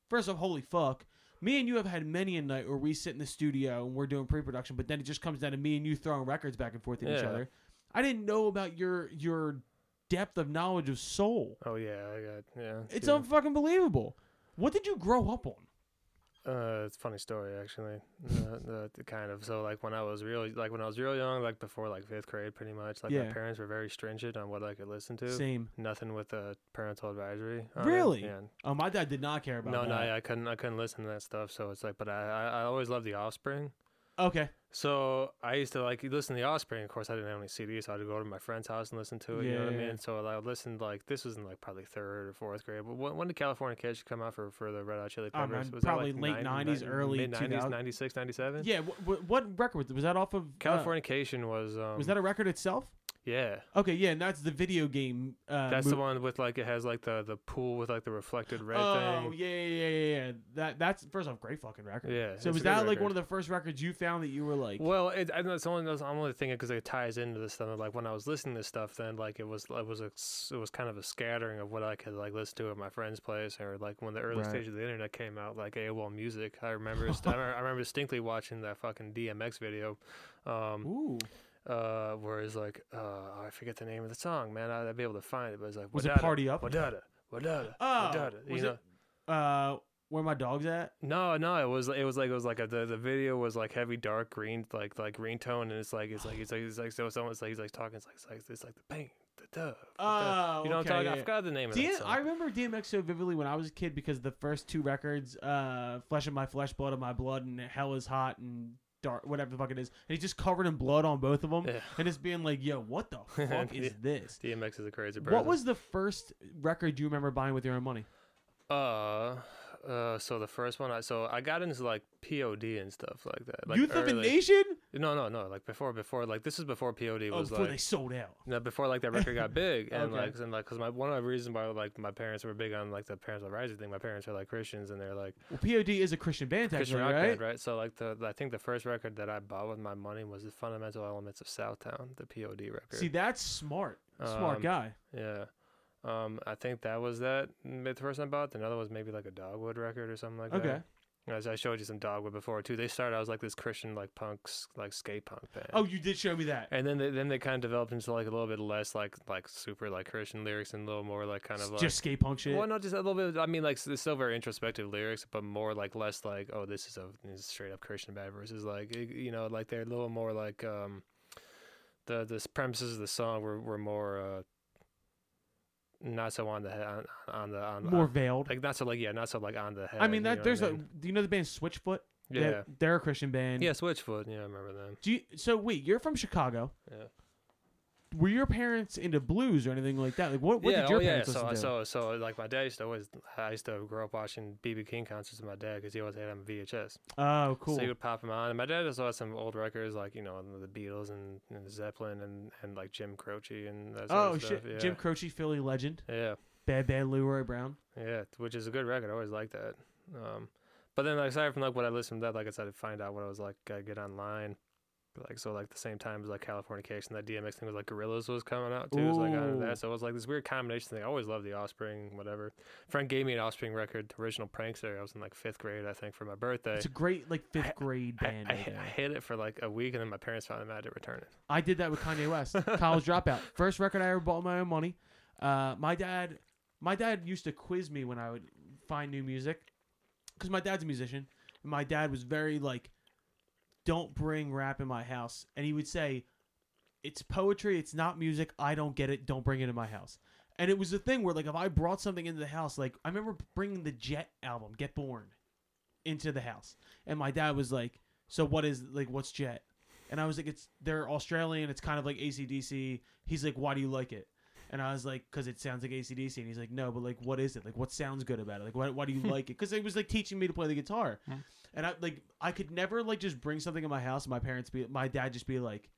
B: First off, holy fuck. Me and you have had many a night where we sit in the studio and we're doing pre-production, but then it just comes down to me and you throwing records back and forth at each
F: Yeah.
B: other. I didn't know about your your depth of knowledge of soul.
F: Oh yeah, I got yeah.
B: It's
F: dude.
B: unfucking believable. What did you grow up on?
F: uh, it's a funny story actually. Uh, the, the kind of so like when I was real like when I was real young, like before like fifth grade, pretty much. Like
B: Yeah.
F: my parents were very stringent on what I could listen to.
B: Same.
F: Nothing with a parental advisory. on it.
B: Really?
F: Yeah.
B: Oh, my dad did not care about
F: No,
B: that.
F: no, I couldn't. I couldn't listen to that stuff. So it's like, but I, I, I always loved The Offspring.
B: Okay.
F: So I used to like listen to the Offspring. Of course, I didn't have any CDs, so I'd go to my friend's house and listen to it. You know what I
B: Yeah.
F: mean? So I listened like this was in like probably third or fourth grade. But when, when did California Kids come out for, for the Red Hot Chili
B: Oh, man,
F: Peppers?
B: probably late 90s, early
F: mid
B: 2000.
F: 96, 97?
B: Yeah. Wh- wh- what record was, was that off of? uh,
F: Californication was um,
B: was that a record itself?
F: yeah.
B: Okay. Yeah. And that's the video game. Uh,
F: That's
B: mo-
F: the one with like it has like the the pool with like the reflected red
B: Oh
F: thing.
B: yeah, yeah, yeah, yeah. That that's first off, great fucking record.
F: Yeah, it's
B: So
F: a
B: was
F: good
B: that like
F: record.
B: one of the first records you found that you were like?
F: Well, it, I know it's only that's- I'm only thinking because it ties into this stuff. Like when I was listening to stuff, then like it was it was a s- it was kind of a scattering of what I could like listen to at my friend's place, or like when the early
B: Right.
F: stage of the internet came out, like AOL Music. I remember st- I remember- I remember distinctly watching that fucking DMX video, um,
B: Ooh.
F: uh, where it's like uh, I forget the name of the song, man. I, I'd be able to find it, but it's like
B: Was it
F: "Wadada,
B: Party Up?
F: Wadada, Wadada,
B: Oh,
F: Wadada. You
B: was
F: know?
B: it- Uh, where my dog's at?
F: No, no, it was it was like it was like a, the the video was like heavy dark green like like green tone and it's like it's like it's like it's like so someone's like he's like talking it's like it's like, it's like the paint the dove. the dove.
B: Oh,
F: you know
B: okay,
F: what I'm talking?
B: yeah,
F: I
B: yeah.
F: forgot the name of
B: DM-
F: that song.
B: I remember DMX so vividly when I was a kid because the first two records, uh, "Flesh of My Flesh," "Blood of My Blood," and "Hell Is Hot" and "Dark," whatever the fuck it is, and he's just covered in blood on both of them,
F: Yeah.
B: and just being like, "Yo, what the fuck
F: Yeah.
B: is this?"
F: DMX is a crazy person.
B: What was the first record you remember buying with your own money?
F: uh uh so the first one I so I got into like POD and stuff like that. Like
B: Youth of a
F: early-
B: Nation?
F: No, no, no. Like before, before like this is before POD
B: Oh,
F: was
B: before
F: like
B: they sold out.
F: No, before like that record got big,
B: Okay.
F: and like, and like, cause my one of the reasons why like my parents were big on like the Parents of Rising thing. My parents are like Christians, and they're like
B: Well, POD is a Christian band,
F: Christian
B: technically,
F: rock
B: right?
F: band, right? So like the, I think the first record that I bought with my money was the Fundamental Elements of Southtown, the POD record.
B: See, that's smart. Smart
F: Um,
B: guy.
F: yeah. Um, I think that was that m- the first one I bought. Another was maybe like a Dogwood record or something like
B: Okay.
F: that. Okay. As I showed you some Dogwood before too. They started out as like this Christian like punks like skate punk band.
B: Oh, you did show me that.
F: And then they, then they kind of developed into like a little bit less like like super like Christian lyrics and a little more like kind of like
B: Just skate punk shit.
F: Well, not just a little bit. I mean, like it's still very introspective lyrics, but more like less like oh, this is a this is straight up Christian bad versus like y- you know like they're a little more like um the the s- premises of the song were were more uh not so on the he- on on the on
B: More
F: on,
B: veiled.
F: like not so like yeah not so like on the head.
B: I mean
F: you
B: that
F: know what
B: there's
F: I mean?
B: a do you know the band Switchfoot?
F: yeah
B: They're, they're a Christian band.
F: yeah Switchfoot yeah I remember them
B: Do you, so wait, you're from Chicago.
F: yeah.
B: Were your parents into blues or anything like that? Like what, what
F: yeah,
B: did your
F: oh,
B: parents
F: yeah.
B: listen
F: so,
B: to?
F: So, so like my dad used to always, I used to grow up watching BB King concerts with my dad because he always had them on VHS.
B: oh, cool.
F: So he would pop them on. And my dad also had some old records like, you know, the Beatles and, and Zeppelin and, and like Jim Croce and that sort
B: oh
F: of
B: shit.
F: stuff. Yeah.
B: Jim Croce, Philly legend.
F: Yeah.
B: Bad Bad Leroy Brown.
F: Yeah. Which is a good record. I always liked that. Um, but then like, aside from like what I listened to that, like I said, to find out what I was like, I get online. Like so, like the same time as like Californication, that DMX thing was like Gorillas was coming out too. It was like out of
B: Ooh.
F: that, so it was like this weird combination thing. I always loved the Offspring, whatever. Friend gave me an Offspring record, the original Prankster. I was in like fifth grade, I think, for my birthday.
B: It's a great like fifth grade
F: I-
B: band.
F: I,
B: right
F: hid- I
B: there.
F: hid it for like a week, and then my parents found them. I had to return it.
B: I did that with Kanye West, college dropout. First record I ever bought with my own money. Uh, my dad, my dad used to quiz me when I would find new music, because my dad's a musician. And my dad was very like, "Don't bring rap in my house," and he would say, "It's poetry. It's not music. I don't get it. Don't bring it in my house." And it was a thing where like if I brought something into the house, like I remember bringing the Jet album, Get Born, into the house, and my dad was like, "So what is like what's Jet?" And I was like, it's they're Australian. It's kind of like ACDC. He's like, why do you like it? And I was like, because it sounds like ACDC. And he's like, no, but like, what is it? Like, what sounds good about it? Like, why, why do you like it? Because it was like teaching me to play the guitar. And I like, I could never like just bring something in my house. And my parents be, my dad just be like,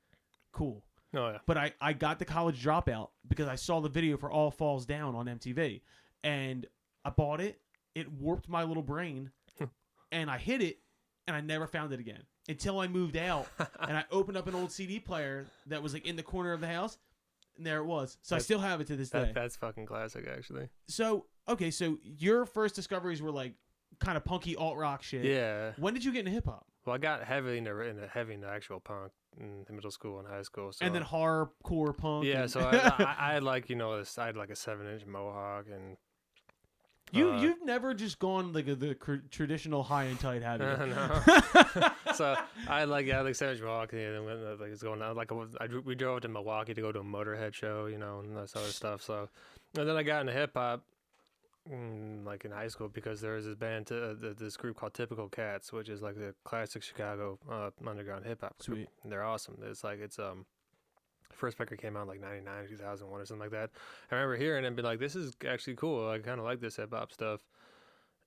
B: cool.
F: No, Oh, yeah.
B: But I, I got the college dropout because I saw the video for All Falls Down on MTV. And I bought it. It warped my little brain. and I hid it. And I never found it again until I moved out. and I opened up an old CD player that was like in the corner of the house. And there it was. So I
F: That's-
B: still have it to this day.
F: That, that's fucking classic, actually.
B: So, okay. So your first discoveries were like kind of punky alt rock shit.
F: Yeah.
B: When did you get into hip hop?
F: Well, I got heavily into, into heavy into actual punk in middle school and high school. So
B: and then hardcore punk.
F: yeah,
B: and-
F: so I, I, I had like you know this, I had like a seven inch mohawk and
B: You
F: Uh,
B: you've never just gone like a, the cr- traditional high and tight, have you?
F: No. so I had like yeah, I had, like seven inch mohawk and then went, like it's going out like I, dro- we drove to Milwaukee to go to a Motorhead show, you know, and that sort of stuff. So and then I got into hip hop. mm, like in high school because there was this band, to, uh, th- this group called Typical Cats, which is like the classic Chicago uh, underground hip hop group.
G: Sweet.
F: And They're awesome. It's like it's um, first record came out in like '99, 2001, or something like that. I remember hearing it and being like, "This is actually cool. I kind of like this hip hop stuff."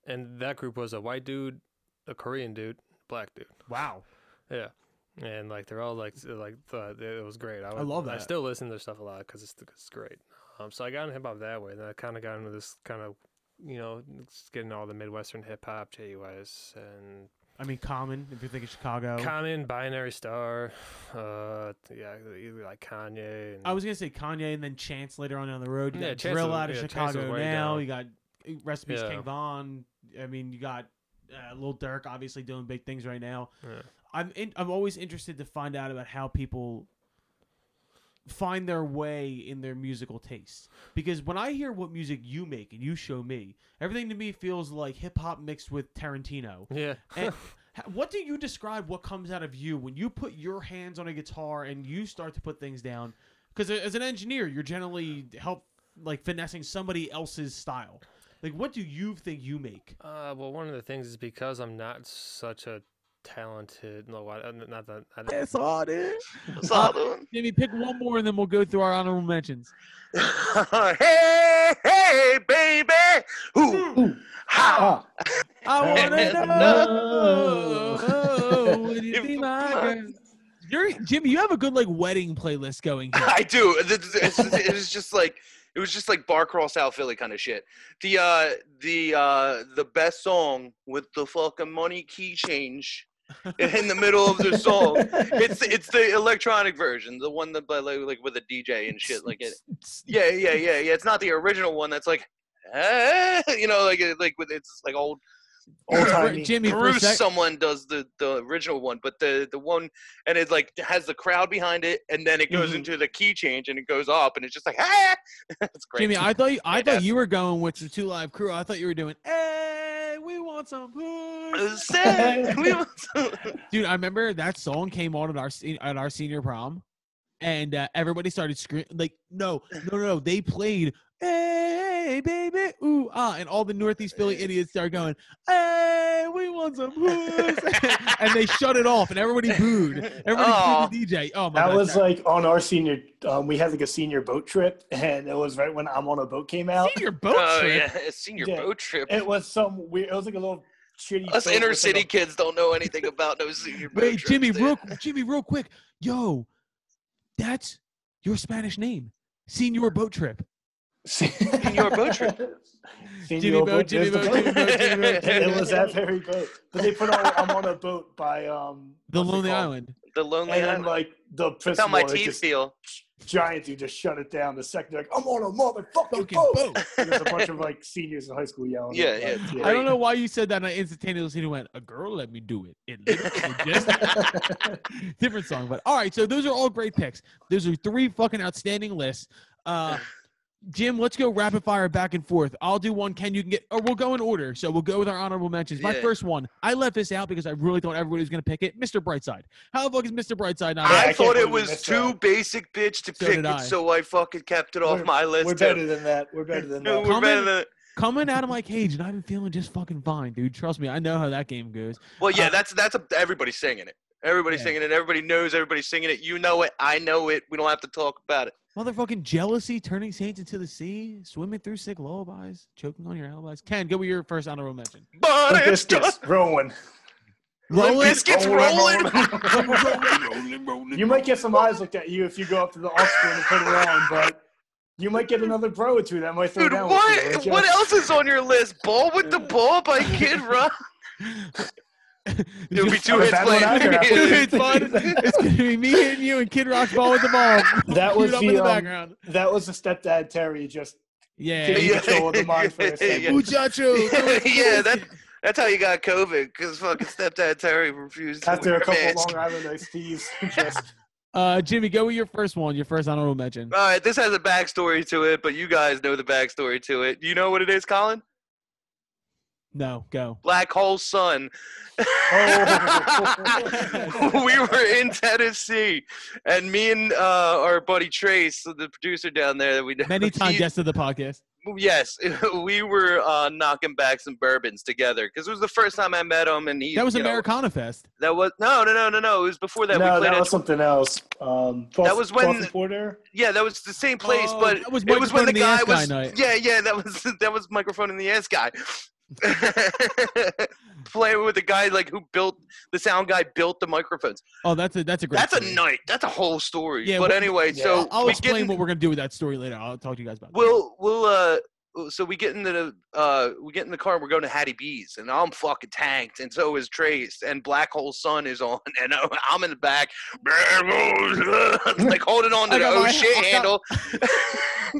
F: And that group was a white dude, a Korean dude, black dude.
G: Wow.
F: Yeah, and like they're all like s- like th- it was great. I, would,
G: love
F: I
G: that.
F: still listen to their stuff a lot because it's, it's great. Um, so I got into hip hop that way, and I kind of got into this kind of you know just getting all the midwestern hip hop, J.U.S. and
G: I mean, Common, if you're thinking Chicago.
F: Common, Binary Star, uh, yeah, either like Kanye. And,
G: I was gonna say Kanye and then Chance later on down the road. You
F: Yeah,
G: got
F: Chance
G: Drill
F: was-
G: out of
F: yeah, Chance was
G: Chicago
F: way
G: now.
F: down.
G: You got uh, recipes
F: Yeah.
G: King Von. I mean, you got uh, Lil Durk obviously doing big things right now.
F: Yeah.
G: I'm in, I'm always interested to find out about how people find their way in their musical tastes because when I hear what music you make and you show me, everything to me feels like hip hop mixed with Tarantino.
F: yeah,
G: And h- what do you describe what comes out of you when you put your hands on a guitar and you start to put things down? Because as an engineer, you're generally help like finessing somebody else's style. Like, what do you think you make?
F: Uh, well, one of the things is because I'm not such a talented. No, I, I'm not that. I, don't-
D: eh?
C: What's up, man?
B: Jimmy, pick one more and then we'll go through our honorable mentions.
C: hey, hey, baby. Ooh, ooh, ha.
D: Ah,
B: I wanna
C: No.
B: know. Would you
C: If-
B: be my girl? You're, Jimmy, you have a good like wedding playlist going here.
C: I do. Th- th- It's, it was just like it was just like bar crawl South Philly kind of shit. The uh the uh the best song with the fucking money key change in the middle of the song. It's it's the electronic version, the one that by like, like with a DJ and shit like it. Yeah, yeah, yeah, yeah. It's not the original one. That's like, eh, you know, like it- like with it's like old
D: Old
B: For-
D: timey.
B: Jimmy, for a
C: Bruce,
B: sec-
C: someone does the the original one, but the the one and it like has the crowd behind it, and then it goes
B: Mm-hmm.
G: Mhm.
C: into the key change, and it goes up, and it's just like ah, it's great.
B: Jimmy, I thought you, I
C: Great
B: thought
C: ass.
B: you were going with the two live crew. I thought you were doing, "Hey, we want some push."
C: Sick. We want some-
B: Dude, I remember that song came on at our se- at our senior prom, and uh, everybody started screaming like, "No, no, no!" They played, "Hey, baby, ooh ah," and all the Northeast Philly idiots started going, "Hey, we want some booze," and they shut it off, and everybody booed. Everybody
C: Aw.
B: booed the DJ. Oh my
D: That
B: god,
D: was like on our senior. Um, we had like a senior boat trip, and it was right when "I'm on a Boat" came out.
B: senior boat
C: Oh
B: trip.
C: yeah, a senior
D: Yeah.
C: boat trip.
D: It was some weird. It was like a little shitty.
C: Us
D: boat with,
C: inner
D: like,
C: city
D: a-
C: kids don't know anything about no senior boat
B: Wait,
C: trips,
B: Jimmy,
C: dude.
B: real Jimmy, real quick. Yo, that's your Spanish name. Senior boat trip.
C: Senior boat trip.
D: Senior
B: Jimmy boat,
D: boat,
B: Jimmy
D: there's the
B: boat, Jimmy boat, Jimmy boat.
D: It was that very boat, but they put on "I'm on a boat" by um
B: The
D: what's it
B: Lonely
D: called?
B: Island.
C: The lonely
D: and then
C: island.
D: like the
C: That's how
D: principal,
C: my
D: like,
C: teeth
D: just,
C: feel.
D: giant dude, just shut it down. The second they're like, "I'm on a motherfucking
B: Fucking
D: boat,"
B: boat.
D: And there's a bunch of like seniors in high school yelling.
C: Yeah,
D: like,
C: yeah, it's
B: I don't know why you said that. And I instantaneously went, "A girl, let me do it." It literally just different song, but all right. So those are all great picks. Those are three fucking outstanding lists. Uh, Jim, let's go rapid fire back and forth. I'll do one. Ken, you can get, or we'll go in order. So we'll go with our honorable mentions. My
C: Yeah.
B: first one, I left this out because I really thought everybody was going to pick it. Mr. Brightside. How the fuck is Mr. Brightside not?
D: Yeah, I
C: I,
B: on
D: can't
C: thought it
D: believe we
C: was
D: missed
C: too
D: that.
C: basic, bitch, to
B: So
C: pick
B: did
C: it,
B: I.
C: so I fucking kept it off
D: We're-
C: my list.
D: We're
C: too.
D: better than that. We're better than
C: No,
D: that.
C: we're better
B: Coming-
C: than-
B: Coming out of my cage, and I've been feeling just fucking fine, dude. Trust me, I know how that game goes.
C: Well, yeah,
B: Uh,
C: that's that's a, everybody's singing it. Everybody's
B: Yeah.
C: singing it. Everybody knows. Everybody's singing it. You know it. I know it. We don't have to talk about it.
B: Motherfucking jealousy, turning saints into the sea, swimming through sick lullabies, choking on your alibis. Ken, go with your first honorable mention.
C: But
D: Limp
C: it's just
D: Bizkit's rolling.
C: Limp Bizkit's rolling.
D: You might get some eyes looked at you if you go up to the offspring and put it on, but you might get another bro or two that might throw
C: Dude,
D: down.
C: what
D: With you.
C: what else is on your list? Ball with the ball by Kid Rock. It'll be two
D: I'm a
C: hits
D: bad
C: playing
D: one either.
C: immediately.
B: it's, fun. it's gonna be me hitting you and Kid Rock's ball with the ball.
D: That was
B: Queued up
D: the,
B: in the
D: um,
B: background.
D: That was the stepdad Terry just
B: Yeah.
D: taking
C: Yeah.
D: control of the mind for a second.
C: Yeah.
B: Muchacho.
C: yeah, that that's how you got COVID because fucking stepdad Terry refused to
D: After
C: wear
D: a couple
C: mask.
D: Long Island iced teas, just
B: uh, Jimmy, go with your first one, your first honorable mention.
C: All right, this has a backstory to it, but you guys know the backstory to it. You know what it is, Colin?
B: No, go.
C: Black Hole Sun.
D: Oh.
C: we were in Tennessee, and me and uh, our buddy Trace, the producer down there, that we
B: Many times
C: he-
B: guest of the podcast.
C: yes, we were uh, knocking back some bourbons together because it was the first time I met him, and he
B: That was
C: you know,
B: Americana Fest.
C: that was no, no, no, no, no. It was before that.
D: no,
C: we played
D: that
C: at
D: was something else. Um, Boston-
C: was when-
D: Boston Porter.
C: Yeah, that was the same place,
B: Oh,
C: but
B: that was
C: it was
B: Microphone
C: when the
B: in the
C: guy
B: Ass Guy
C: was.
B: night.
C: Yeah, yeah, that was that was microphone in the ass guy. Playing with the guy like who built the sound guy built the microphones.
B: Oh, that's a that's a great.
C: That's a
B: story.
C: night. That's a whole story.
B: Yeah,
C: but
B: well,
C: anyway,
D: yeah.
C: so
B: I'll, I'll
C: we get
B: explain
C: in-
B: what we're gonna do with that story later. I'll talk to you guys about. that.
C: we'll we'll uh so we get into the uh we get in the car and we're going to Hattie B's and I'm fucking tanked and so is Trace and Black Hole Sun is on and I- I'm in the back like holding on to
B: I
C: the
B: got
C: oh
B: my-
C: shit
B: I got-
C: handle.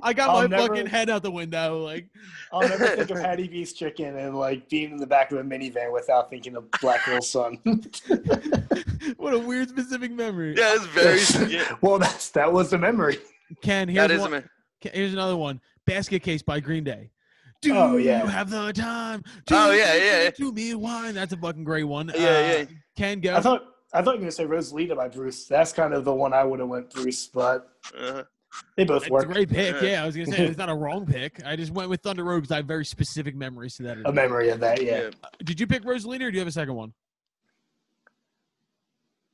B: I got
D: I'll
B: my
D: never-
B: fucking head out the window. Like
D: I'll never think of Hattie B's chicken and like being in the back of a minivan without thinking of Black Hole Sun.
B: what a weird specific memory.
C: Yeah, it's very yeah,
D: well, that's that was the memory.
B: Ken, here's
C: that is
B: one-
C: amazing.
B: K- Here's another one. Basket Case by Green Day. Do
D: Oh, yeah.
B: you have the time?
C: Oh,
B: you
C: yeah,
B: give
C: yeah, yeah.
B: To me wine. That's a fucking great one.
C: Yeah,
B: Uh,
C: yeah.
B: Ken, go.
D: I thought I thought you were gonna say Rosalita by Bruce. That's kind of the one I would have went Bruce, but
C: Uh,
D: they both
B: It's a
D: work.
B: great pick.
C: Yeah.
B: Yeah, I was gonna say it's not a wrong pick. I just went with Thunder Road because I have very specific memories to that.
D: A memory of that, yeah.
C: yeah.
B: Did you pick Rosalina or do you have a second one?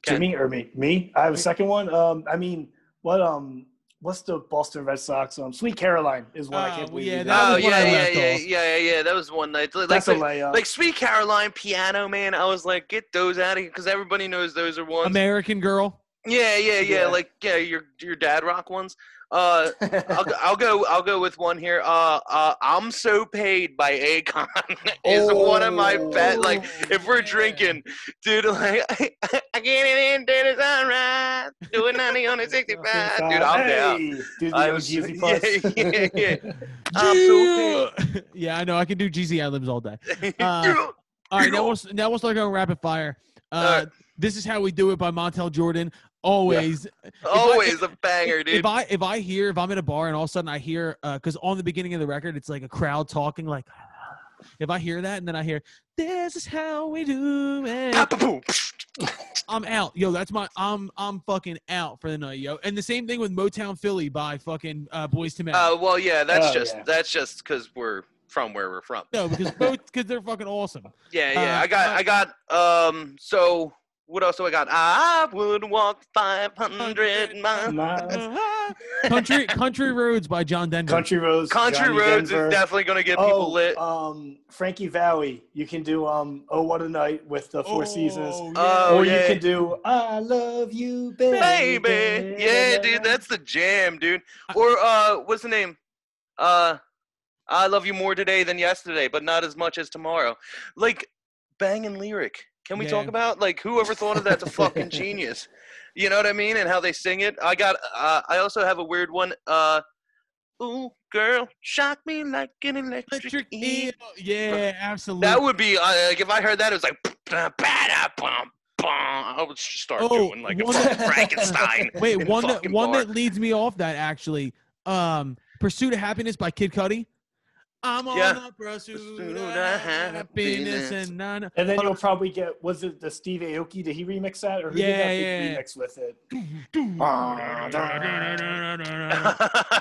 C: Ken.
D: Jimmy or me? Me? I have a second one. Um, I mean, what um, what's the Boston Red Sox? Um, Sweet Caroline is one.
B: Oh,
D: I can't believe.
B: yeah,
D: you
B: that
D: got.
C: Oh
B: was what
C: yeah,
B: I
C: yeah,
B: left
C: yeah,
B: off.
C: yeah, yeah. That was one night. Like,
D: that's
C: like,
D: a layup.
C: like Sweet Caroline Piano Man. I was like, get those out of here because everybody knows those are ones.
B: American Girl.
C: Yeah, yeah, yeah,
D: Yeah.
C: Like yeah, your your dad rock ones. Uh, I'll, go- I'll go. I'll go with one here. Uh, uh I'm so paid by Akon is one of my bet. Like if we're drinking, dude, like I, get it in till the sunrise, doing ninety on the sixty-five. Dude, I'm down.
D: Hey, dude, the
C: I
D: old
C: was-
D: Jeezy
C: yeah,
D: Puffs.
C: yeah, yeah. I'm so
B: Yeah. yeah, I know. I can do GZ ad libs all day.
C: paid.
B: Uh, All right, now we'll s- now we'll start going rapid fire.
C: All
B: Uh,
C: right.
B: This is how we do it by Montel Jordan. Always,
C: Always a
B: if-
C: banger,
B: if,
C: dude.
B: I if I hear if I'm at a bar and all of a sudden I hear because on the beginning of the record it's like a crowd talking like if I hear that and then I hear this is how we do it
C: Pop-a-boom.
B: I'm out yo that's my I'm I'm fucking out for the night yo and the same thing with Motown Philly by fucking uh, Boys to Men
C: Uh, well, yeah, that's
D: Oh,
C: just
D: yeah.
C: that's just because we're from where we're from.
B: no because both because they're fucking awesome
C: Yeah, yeah.
B: Uh,
C: I got, I got. Um, so what else do I got? I would walk five hundred miles.
D: My
B: country country roads by John Denver
D: Country Roads.
C: Country
D: Johnny
C: roads
D: Denver.
C: is definitely gonna get people
D: Oh,
C: lit.
D: um, Frankie Valley. You can do um, Oh What a Night with the Four Seasons.
C: Oh,
D: or
C: yeah.
D: you can do I love you, baby.
C: Baby, yeah, dude, that's the jam, dude. Or uh, what's the name? Uh, I love you more today than yesterday, but not as much as tomorrow. Like, banging lyric. Can we talk
B: Yeah.
C: about like whoever thought of that's a fucking genius? You know what I mean? And how they sing it. I got. Uh, I also have a weird one. Uh, ooh, girl, shock me like an electric,
B: Electric
C: eel.
B: Eel. yeah absolutely
C: That would be uh, like if I heard that, it was like ba da bum bum. I would just start
B: Oh,
C: doing like a
B: one
C: fucking
D: that-
C: Frankenstein. in
B: Wait,
C: a
B: one that
C: fucking
B: one
C: bar.
B: that leads me off that actually. Um, Pursuit of Happiness by Kid Cudi. I'm on
C: Yeah.
B: the pursuit,
C: Pursuit
B: of
C: of
B: happiness,
C: happiness.
B: and none.
D: And then you'll probably get was it the Steve Aoki? Did he remix that, or who
B: Yeah,
D: did that big
B: yeah, yeah.
D: remix with it?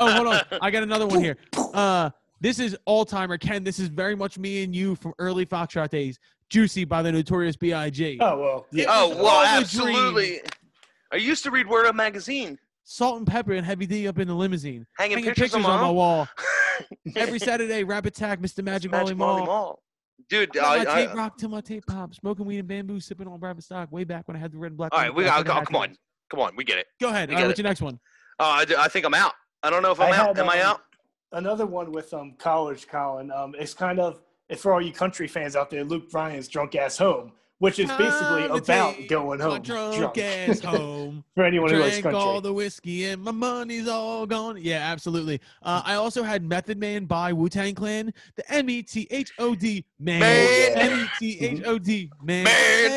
B: oh, hold on, I got another one here. Uh, this is all timer Ken. This is very much me and you from early Foxtrot days. Juicy by the Notorious B.I.G.
D: Oh well, yeah.
C: Oh, well,
B: All a
C: absolutely. I used to read Word Up magazine,
B: Salt and pepper and heavy D up in the limousine.
C: hanging,
B: Hanging
C: pictures,
B: pictures on
C: of
B: my wall
C: Every
B: every Saturday. Rap Attack, Mr. Magic, Molly Mall.
C: Dude, uh,
B: I,
C: I,
B: got my
C: I,
B: tape rock till my tape pop, smoking weed and bamboo, sipping on private stock. Way back when I had the red and black.
C: all right, we
B: got.
C: got. Oh, come on, come on, we get it.
B: Go ahead.
C: We
B: All right,
C: got
B: what's your next one?
C: Oh, I, I think I'm out. I don't know if
D: I
C: I'm out.
D: had,
C: Am I
D: um,
C: out?
D: Another one with um college Colin. Um, it's kind of it's for all you country fans out there. Luke Bryan's drunk ass home, which is
B: Time
D: basically
B: to
D: about
B: take
D: going
B: My
D: home
B: drunk,
D: drunk.
B: ass home.
D: for anyone who likes
B: Drank
D: country.
B: all the whiskey and my money's all gone. Yeah, absolutely. Uh, I also had Method Man by Wu Tang Clan. The M E T H O D man.
C: Man.
B: M E T H O D man.
C: Man.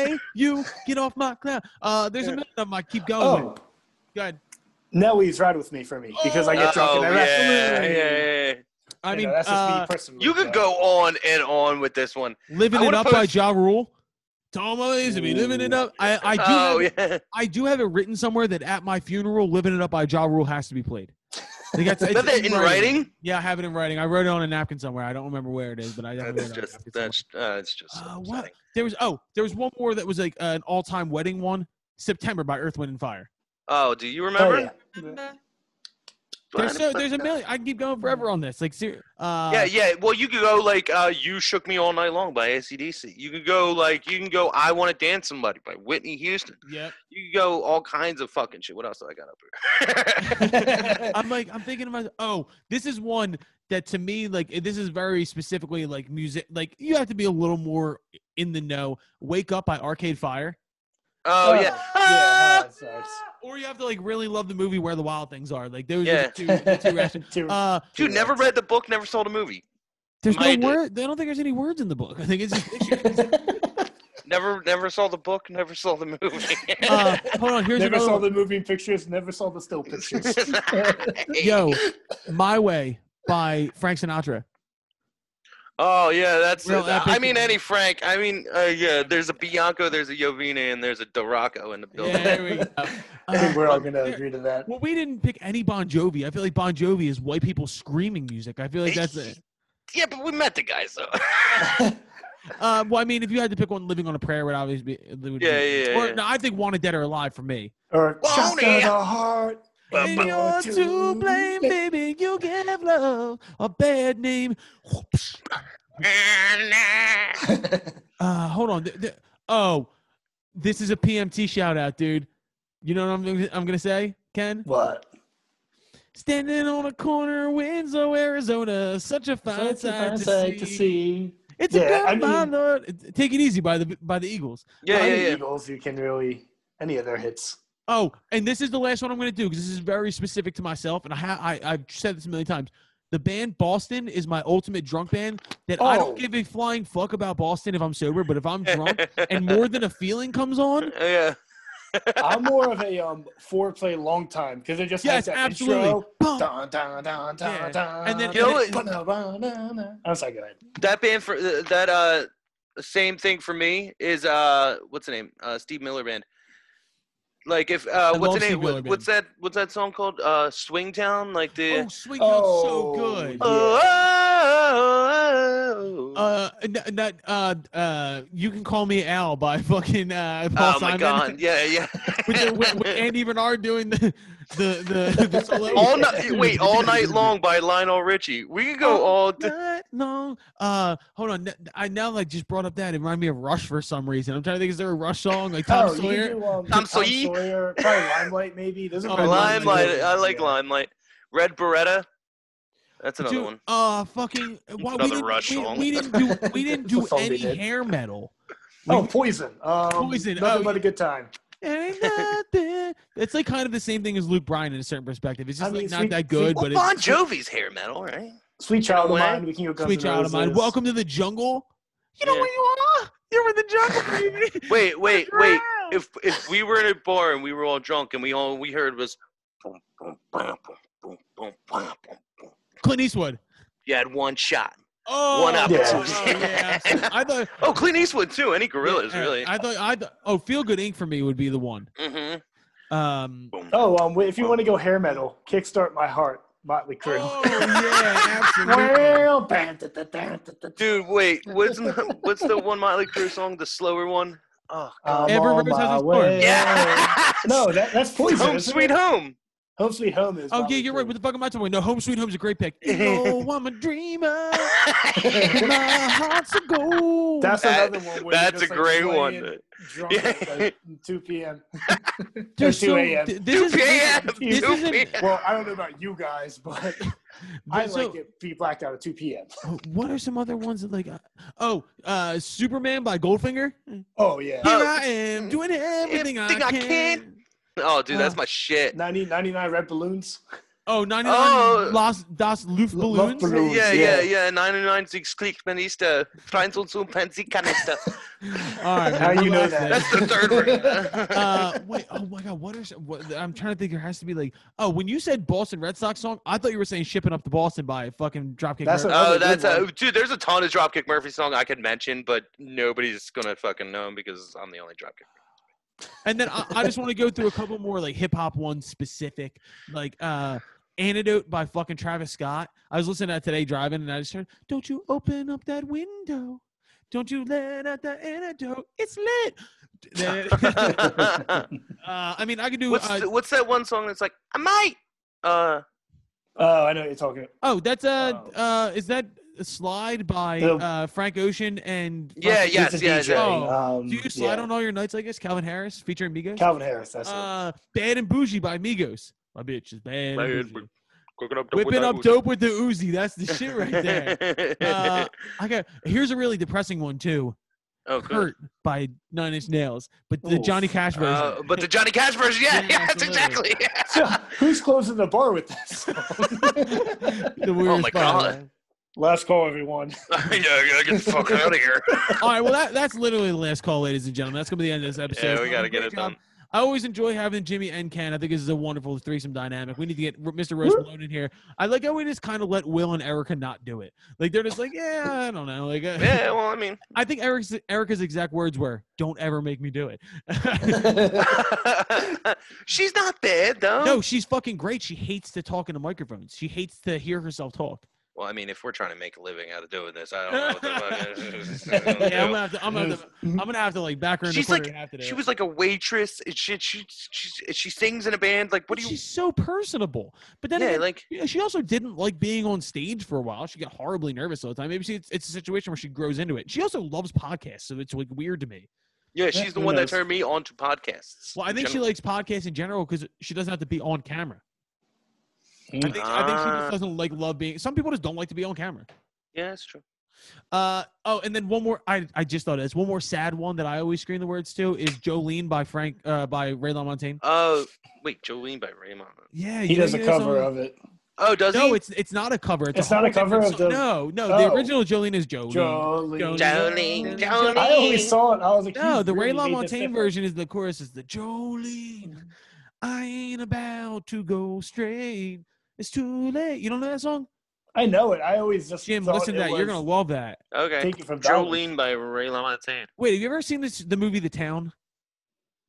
B: Hey, you get off my cloud. Uh, there's a million of them. I keep going.
D: oh,
B: with. Go ahead.
D: Nelly's ride with me for me because I get drunk
C: Oh,
D: and I
C: yeah,
D: rap.
C: yeah, yeah, yeah.
B: I
D: You know,
B: mean,
D: that's just
B: uh,
D: me personally.
C: You could
D: but-
C: go on and on with this one.
B: Living
C: I
B: It
C: wanna
B: Up by
C: post-
B: Ja Rule. Tom Waits, I mean, Living It
D: Ooh.
B: Up. I, I do
C: oh
B: have,
C: yeah.
B: I do have it written somewhere that at my funeral, Living It Up by Ja Rule has to be played. They got-
C: Is
B: it's
C: that in writing?
B: Yeah, I have it in writing. I wrote it on a napkin somewhere. I don't remember where it is, but I definitely wrote
C: That's
B: it on a
C: just
B: napkin somewhere.
C: that's uh, it's just. so
B: Uh, what?
C: upsetting.
B: There was oh, there was one more that was like an all-time wedding one. September by Earth, Wind, and Fire.
C: Oh, do you
D: Oh,
C: remember?
D: yeah.
B: There's so there's a million. I can keep going forever on this. Like, ser- uh,
C: yeah, yeah. Well, you could go like uh, "You Shook Me All Night Long" by ACDC. You could go like you can go "I Want to Dance Somebody" by Whitney Houston.
B: Yep.
C: You could go all kinds of fucking shit. What else do I got up here?
B: I'm like, I'm thinking to myself, oh, this is one that to me, like, this is very specifically like music. Like, you have to be a little more in the know. Wake Up by Arcade Fire.
C: oh yeah.
D: yeah,
C: Ah!
D: that sucks.
B: Or you have to like really love the movie Where the Wild Things Are. Like, those
C: Yeah.
B: are the two, the two rationales.
D: Two-
B: Uh,
C: Dude, never read the book, never saw the movie.
B: there's
C: Mine
B: no
C: did.
B: word. I don't think there's any words in the book. I think it's just pictures.
C: Never, never saw the book, never saw the movie.
B: uh, hold on, here's
D: never
B: another
D: saw
B: one.
D: the moving pictures, never saw the still pictures.
B: Yo, My Way by Frank Sinatra.
C: Oh yeah, that's.
B: Real
C: that- I
B: epic.
C: mean, any Frank. I mean, uh, yeah. There's a Bianco, there's a Yovina, and there's a Duraco in the building.
B: Yeah, there we go.
D: I think we're all
B: Um,
D: going to
B: there-
D: agree to that.
B: Well, we didn't pick any Bon Jovi. I feel like Bon Jovi is white people screaming music. I feel like that's it.
C: Yeah, but we met the guys though.
B: Uh, well, I mean, if you had to pick one, "Living on a Prayer" would obviously be. it Would
C: Yeah,
B: be,
C: yeah, yeah,
B: Or
C: yeah.
B: no, I think "Wanted Dead or Alive" for me.
D: Or
C: Well,
D: shot
C: yeah.
D: to the heart.
B: And you're to blame, baby. You gave love a bad name. Whoops. Uh, hold on. Th- th- oh, this is a PMT shout out, dude. You know what I'm gonna, I'm gonna say, Ken?
D: what?
B: Standing on a corner, Winslow, Arizona. Such a fine,
D: That's a
B: sight,
D: fine
B: to,
D: sight
B: see.
D: to see.
B: It's
D: Yeah,
B: a
D: I
B: good my
D: mean-
B: lord. Take it easy by the by the Eagles.
C: yeah,
D: By
C: yeah,
D: the
C: yeah.
D: Eagles, you can really any of their hits.
B: Oh, and this is the last one I'm going to do because this is very specific to myself, and I, ha- I I've said this a million times. The band Boston is my ultimate drunk band. That I
D: Oh.
B: don't give a flying fuck about Boston if I'm sober, but if I'm drunk and more than a feeling comes on,
C: Oh, yeah.
D: I'm more of a um foreplay long time because it just
B: yes,
D: has that
B: absolutely.
D: intro.
B: Bum.
D: Dun, dun, dun, dun,
B: Oh. Yeah.
D: dun,
B: And then-
C: You know what?
D: dun, dun, dun, dun, dun. I'm sorry, go ahead.
C: That band for that uh same thing for me is uh what's the name? Uh Steve Miller band. Like if uh
B: love
C: what's the name?
B: Steve Miller
C: What, what's that what's that song called? Uh Swingtown like the
B: Oh, swing
D: Oh.
B: so good.
D: Oh.
C: Oh,
B: Uh, n- n- uh, uh, you can call me Al by fucking uh, Paul
C: oh my
B: Simon.
C: god. Yeah, yeah.
B: with, the, with, with Andy Bernard doing the the the, the solo.
C: all night, wait, all night long by Lionel Richie. We could
B: Oh,
C: go all. d-
B: night long. Uh, hold on. N- I now like just brought up that it reminded me of Rush for some reason. I'm trying to think. Is there a Rush song like Tom
D: Oh, you
B: Sawyer?
D: can do, um,
C: Tom
D: Tom
C: Sawyer.
D: Sawyer, probably Limelight, maybe. Those are
B: Oh,
D: probably the ones
C: Limelight.
D: that-
C: I like
D: yeah.
C: Limelight. Red Beretta. That's another
B: Dude,
C: one.
B: Uh, fucking. Why, we,
C: Another
B: didn't,
C: Rush
B: we,
C: song.
B: we didn't do we didn't
D: It's a
B: do
D: song they
B: any
D: did.
B: hair metal.
D: Oh, Poison. Um,
B: Poison,
D: Nothing
B: oh,
D: but
B: yeah.
D: a good time.
B: Ain't nothing. It's like kind of the same thing as Luke Bryan in a certain perspective. It's
D: I
B: just
D: mean,
B: like not
D: Sweet-
B: that good,
C: Well,
B: but
C: Bon
B: it's
C: Jovi's hair metal, right?
D: Sweet Child of
C: Away.
D: Mine. We can go Guns
B: sweet
D: N'
B: child of mine.
D: Roses.
B: Welcome to the jungle. You know
C: Yeah.
B: where you are. You're in the jungle, baby.
C: Wait, wait, wait.
B: Drown.
C: If if we were in a bar and we were all drunk and we all we heard was, boom, boom, boom, boom, boom, boom, boom, boom, boom.
B: Clint Eastwood.
C: you had one shot.
B: Oh,
C: opportunity.
B: oh, yeah. I thought
C: Oh, Clint Eastwood too. Any gorillas,
B: Yeah,
C: really?
B: I thought I th- oh, feel good ink for me would be the one.
C: mm-hmm.
B: Um,
D: Oh, um, wait, if you want to go hair metal, Kickstart My Heart, Motley Crue. Um,
B: oh yeah, absolutely.
D: Well, bam, da, da, da, da, da, da.
C: Dude, wait. What's the, what's the one Motley Crue song? The slower one. Oh,
D: I'm
B: Every
D: on
B: Rose Has
D: my
B: Its
D: way.
B: Thorn.
C: yeah.
D: No, that, that's Poison.
C: Home
D: isn't
C: Sweet
D: it?
C: Home.
D: Home Sweet Home is.
B: Oh yeah,
D: Motley
B: you're right.
D: Crue.
B: What the fuck am I talking about? No, Home Sweet Home's a great pick. You know I'm a dreamer. My heart's a gold.
D: That's
C: That-
D: another one. Where you're
C: That's a
D: just, like,
C: great
D: playing
C: one.
D: Drunk
C: Yeah.
D: at like, 2 p.m.
B: They're
D: 2 a.m.
B: th- this is-
C: 2 p.m.
B: This
C: 2
B: isn't-
C: p.m.
D: Well, I don't know about you guys, but I
B: but so-
D: like it be blacked out at 2 p.m.
B: oh, What are some other ones that like? uh, Oh, uh, Superman by Goldfinger. Here
D: Oh, yeah.
C: Uh,
B: I am doing everything I
C: everything
B: can.
C: I can. Oh, dude, that's
B: Uh,
C: my shit.
D: 90, 99 Red Balloons.
B: Oh, 99
C: Oh.
B: Las Das Luft
D: Lo- Luft
B: Balloons.
D: Balloon. Rules,
C: Yeah, yeah,
D: yeah.
C: yeah. 99 Klickminister, 23 Pensi Kanister.
B: All right,
D: How
B: man,
D: you
B: we
D: know
B: lost
D: that?
B: this.
C: That's the third one.
B: uh, wait, oh my God, what are some- what, I'm trying to think? There has to be like, oh, when you said Boston Red Sox song, I thought you were saying shipping up to Boston by fucking Dropkick. Murphys.
D: That's another
C: Oh,
D: good
C: that's a
D: one.
C: dude. There's a ton of Dropkick Murphy song I could mention, but nobody's gonna fucking know them because I'm the only Dropkick.
B: and then I, I just want to go through a couple more like hip hop ones specific, like uh, Antidote by fucking Travis Scott. I was listening to that today driving, and I just heard, "Don't you open up that window? Don't you let out the antidote? It's lit." Then- uh, I mean, I could do.
C: what's,
B: uh,
C: the- what's that one song that's like, I might? Uh,
D: Oh, I know what you're talking about.
B: oh, that's uh,
D: Oh.
B: uh, is that Slide by
D: The-
B: uh, Frank Ocean and
C: Yeah,
B: fucking-
C: yes,
D: He's a
C: yeah,
D: DJ.
B: yeah.
D: Um,
B: Do you slide
D: yeah.
B: on all your nights? Oh, I guess Calvin Harris featuring Migos.
D: Calvin Harris. That's it.
B: Uh, bad and bougie by Migos. My bitch is bad.
C: Bad
B: And
C: and
B: bougie.
C: cooking up dope with
B: Whipping
C: that
B: up
C: Uzi.
B: dope with the Uzi. That's the shit right there. Uh, I got here's a really depressing one too.
C: oh, good.
B: Hurt by Nine Inch Nails, but the
D: Oof.
B: Johnny Cash version.
C: Uh, but the Johnny Cash version, yeah,
B: Yeah,
C: yeah, that's
B: absolutely.
C: exactly.
D: So, who's closing the bar with this?
B: the weirdest
C: Oh my
B: part.
C: God.
D: Last call, everyone.
C: yeah, yeah, get the fuck out of here.
B: All right, well that, that's literally the last call, ladies and gentlemen. That's gonna be the end of this episode.
C: Yeah, we gotta get
B: Great
C: it done.
B: job. I always enjoy having Jimmy and Ken. I think this is a wonderful threesome dynamic. We need to get R- Mr. Rose Malone in here. I like how we just kind of let Will and Erica not do it. Like they're just like, yeah, I don't know. Like, uh,
C: Yeah, well, I mean,
B: I think Eric's, Erica's exact words were, "Don't ever make me do it."
C: she's not bad though.
B: no, she's fucking great. She hates to talk into microphones. She hates to hear herself talk.
C: Well, I mean, if we're trying to make a living out of doing this, I don't know. What the fuck
B: Yeah, I'm gonna have to. I'm gonna have to, I'm gonna have to like back her in
C: She's
B: the corner
C: like-
B: and have to do
C: She
B: it.
C: was like a waitress. And she, she she she sings in a band. Like, what do you?
B: She's so personable, but then
C: yeah,
B: again,
C: like
B: you know, she also didn't like being on stage for a while. She got horribly nervous all the time. Maybe she, it's, it's a situation where she grows into it. She also loves podcasts, so it's like weird to me.
C: yeah, she's the
D: who
C: one that
D: knows?
C: turned me on to podcasts.
B: Well, I
C: in
B: think she
C: general.
B: likes podcasts in general because she doesn't have to be on camera. I
D: Mm.
B: think, I think she
C: Ah.
B: just doesn't like love being. Some people just don't like to be on camera.
C: Yeah, that's true.
B: Uh oh, and then one more. I I just thought of this one more sad one that I always screen the words to is Jolene by Frank uh, by Ray LaMontagne.
C: Oh, wait, Jolene by Raymond.
B: Yeah,
D: he
B: you
D: does a
B: think of that
D: cover
B: song?
D: of it.
C: Oh, does
B: No,
C: he?
B: it's it's not a cover. It's,
D: It's not a
B: whole different
D: cover
B: song.
D: of the-
B: No, no, the
D: Oh.
B: original Jolene is Jolene.
D: Jolene.
C: Jolene, Jolene.
D: I always saw it. I was like,
B: No,
D: he's
B: the Ray
D: really made this
B: LaMontagne
D: different.
B: version is the chorus is the Jolene.
D: Mm-hmm.
B: I ain't about to go straight. It's too late. You don't know that song,
D: I know it. I always just
B: Jim?
D: thought
B: Listen to
D: it
B: that. You're gonna
D: was
B: love that.
C: okay.
D: taken from Jolene.
C: Jolene by Ray LaMontagne.
B: Wait, have you ever seen this? The movie The Town.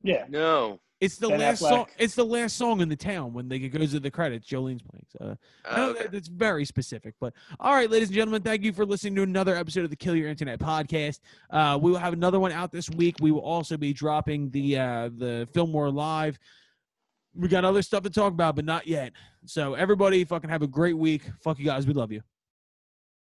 D: Yeah,
C: No.
B: It's the
D: Ben
B: last song.
D: Affleck.
B: It's the last song in the town when they it goes to the credits. Jolene's playing. So. I
C: Oh,
B: know
C: okay.
B: that Uh, That's very specific. But all right, ladies and gentlemen, thank you for listening to another episode of the Kill Your Internet podcast. Uh, we will have another one out this week. We will also be dropping the uh, the Fillmore Live. We got other stuff to talk about, but not yet. So everybody, fucking have a great week. Fuck you guys. We love you.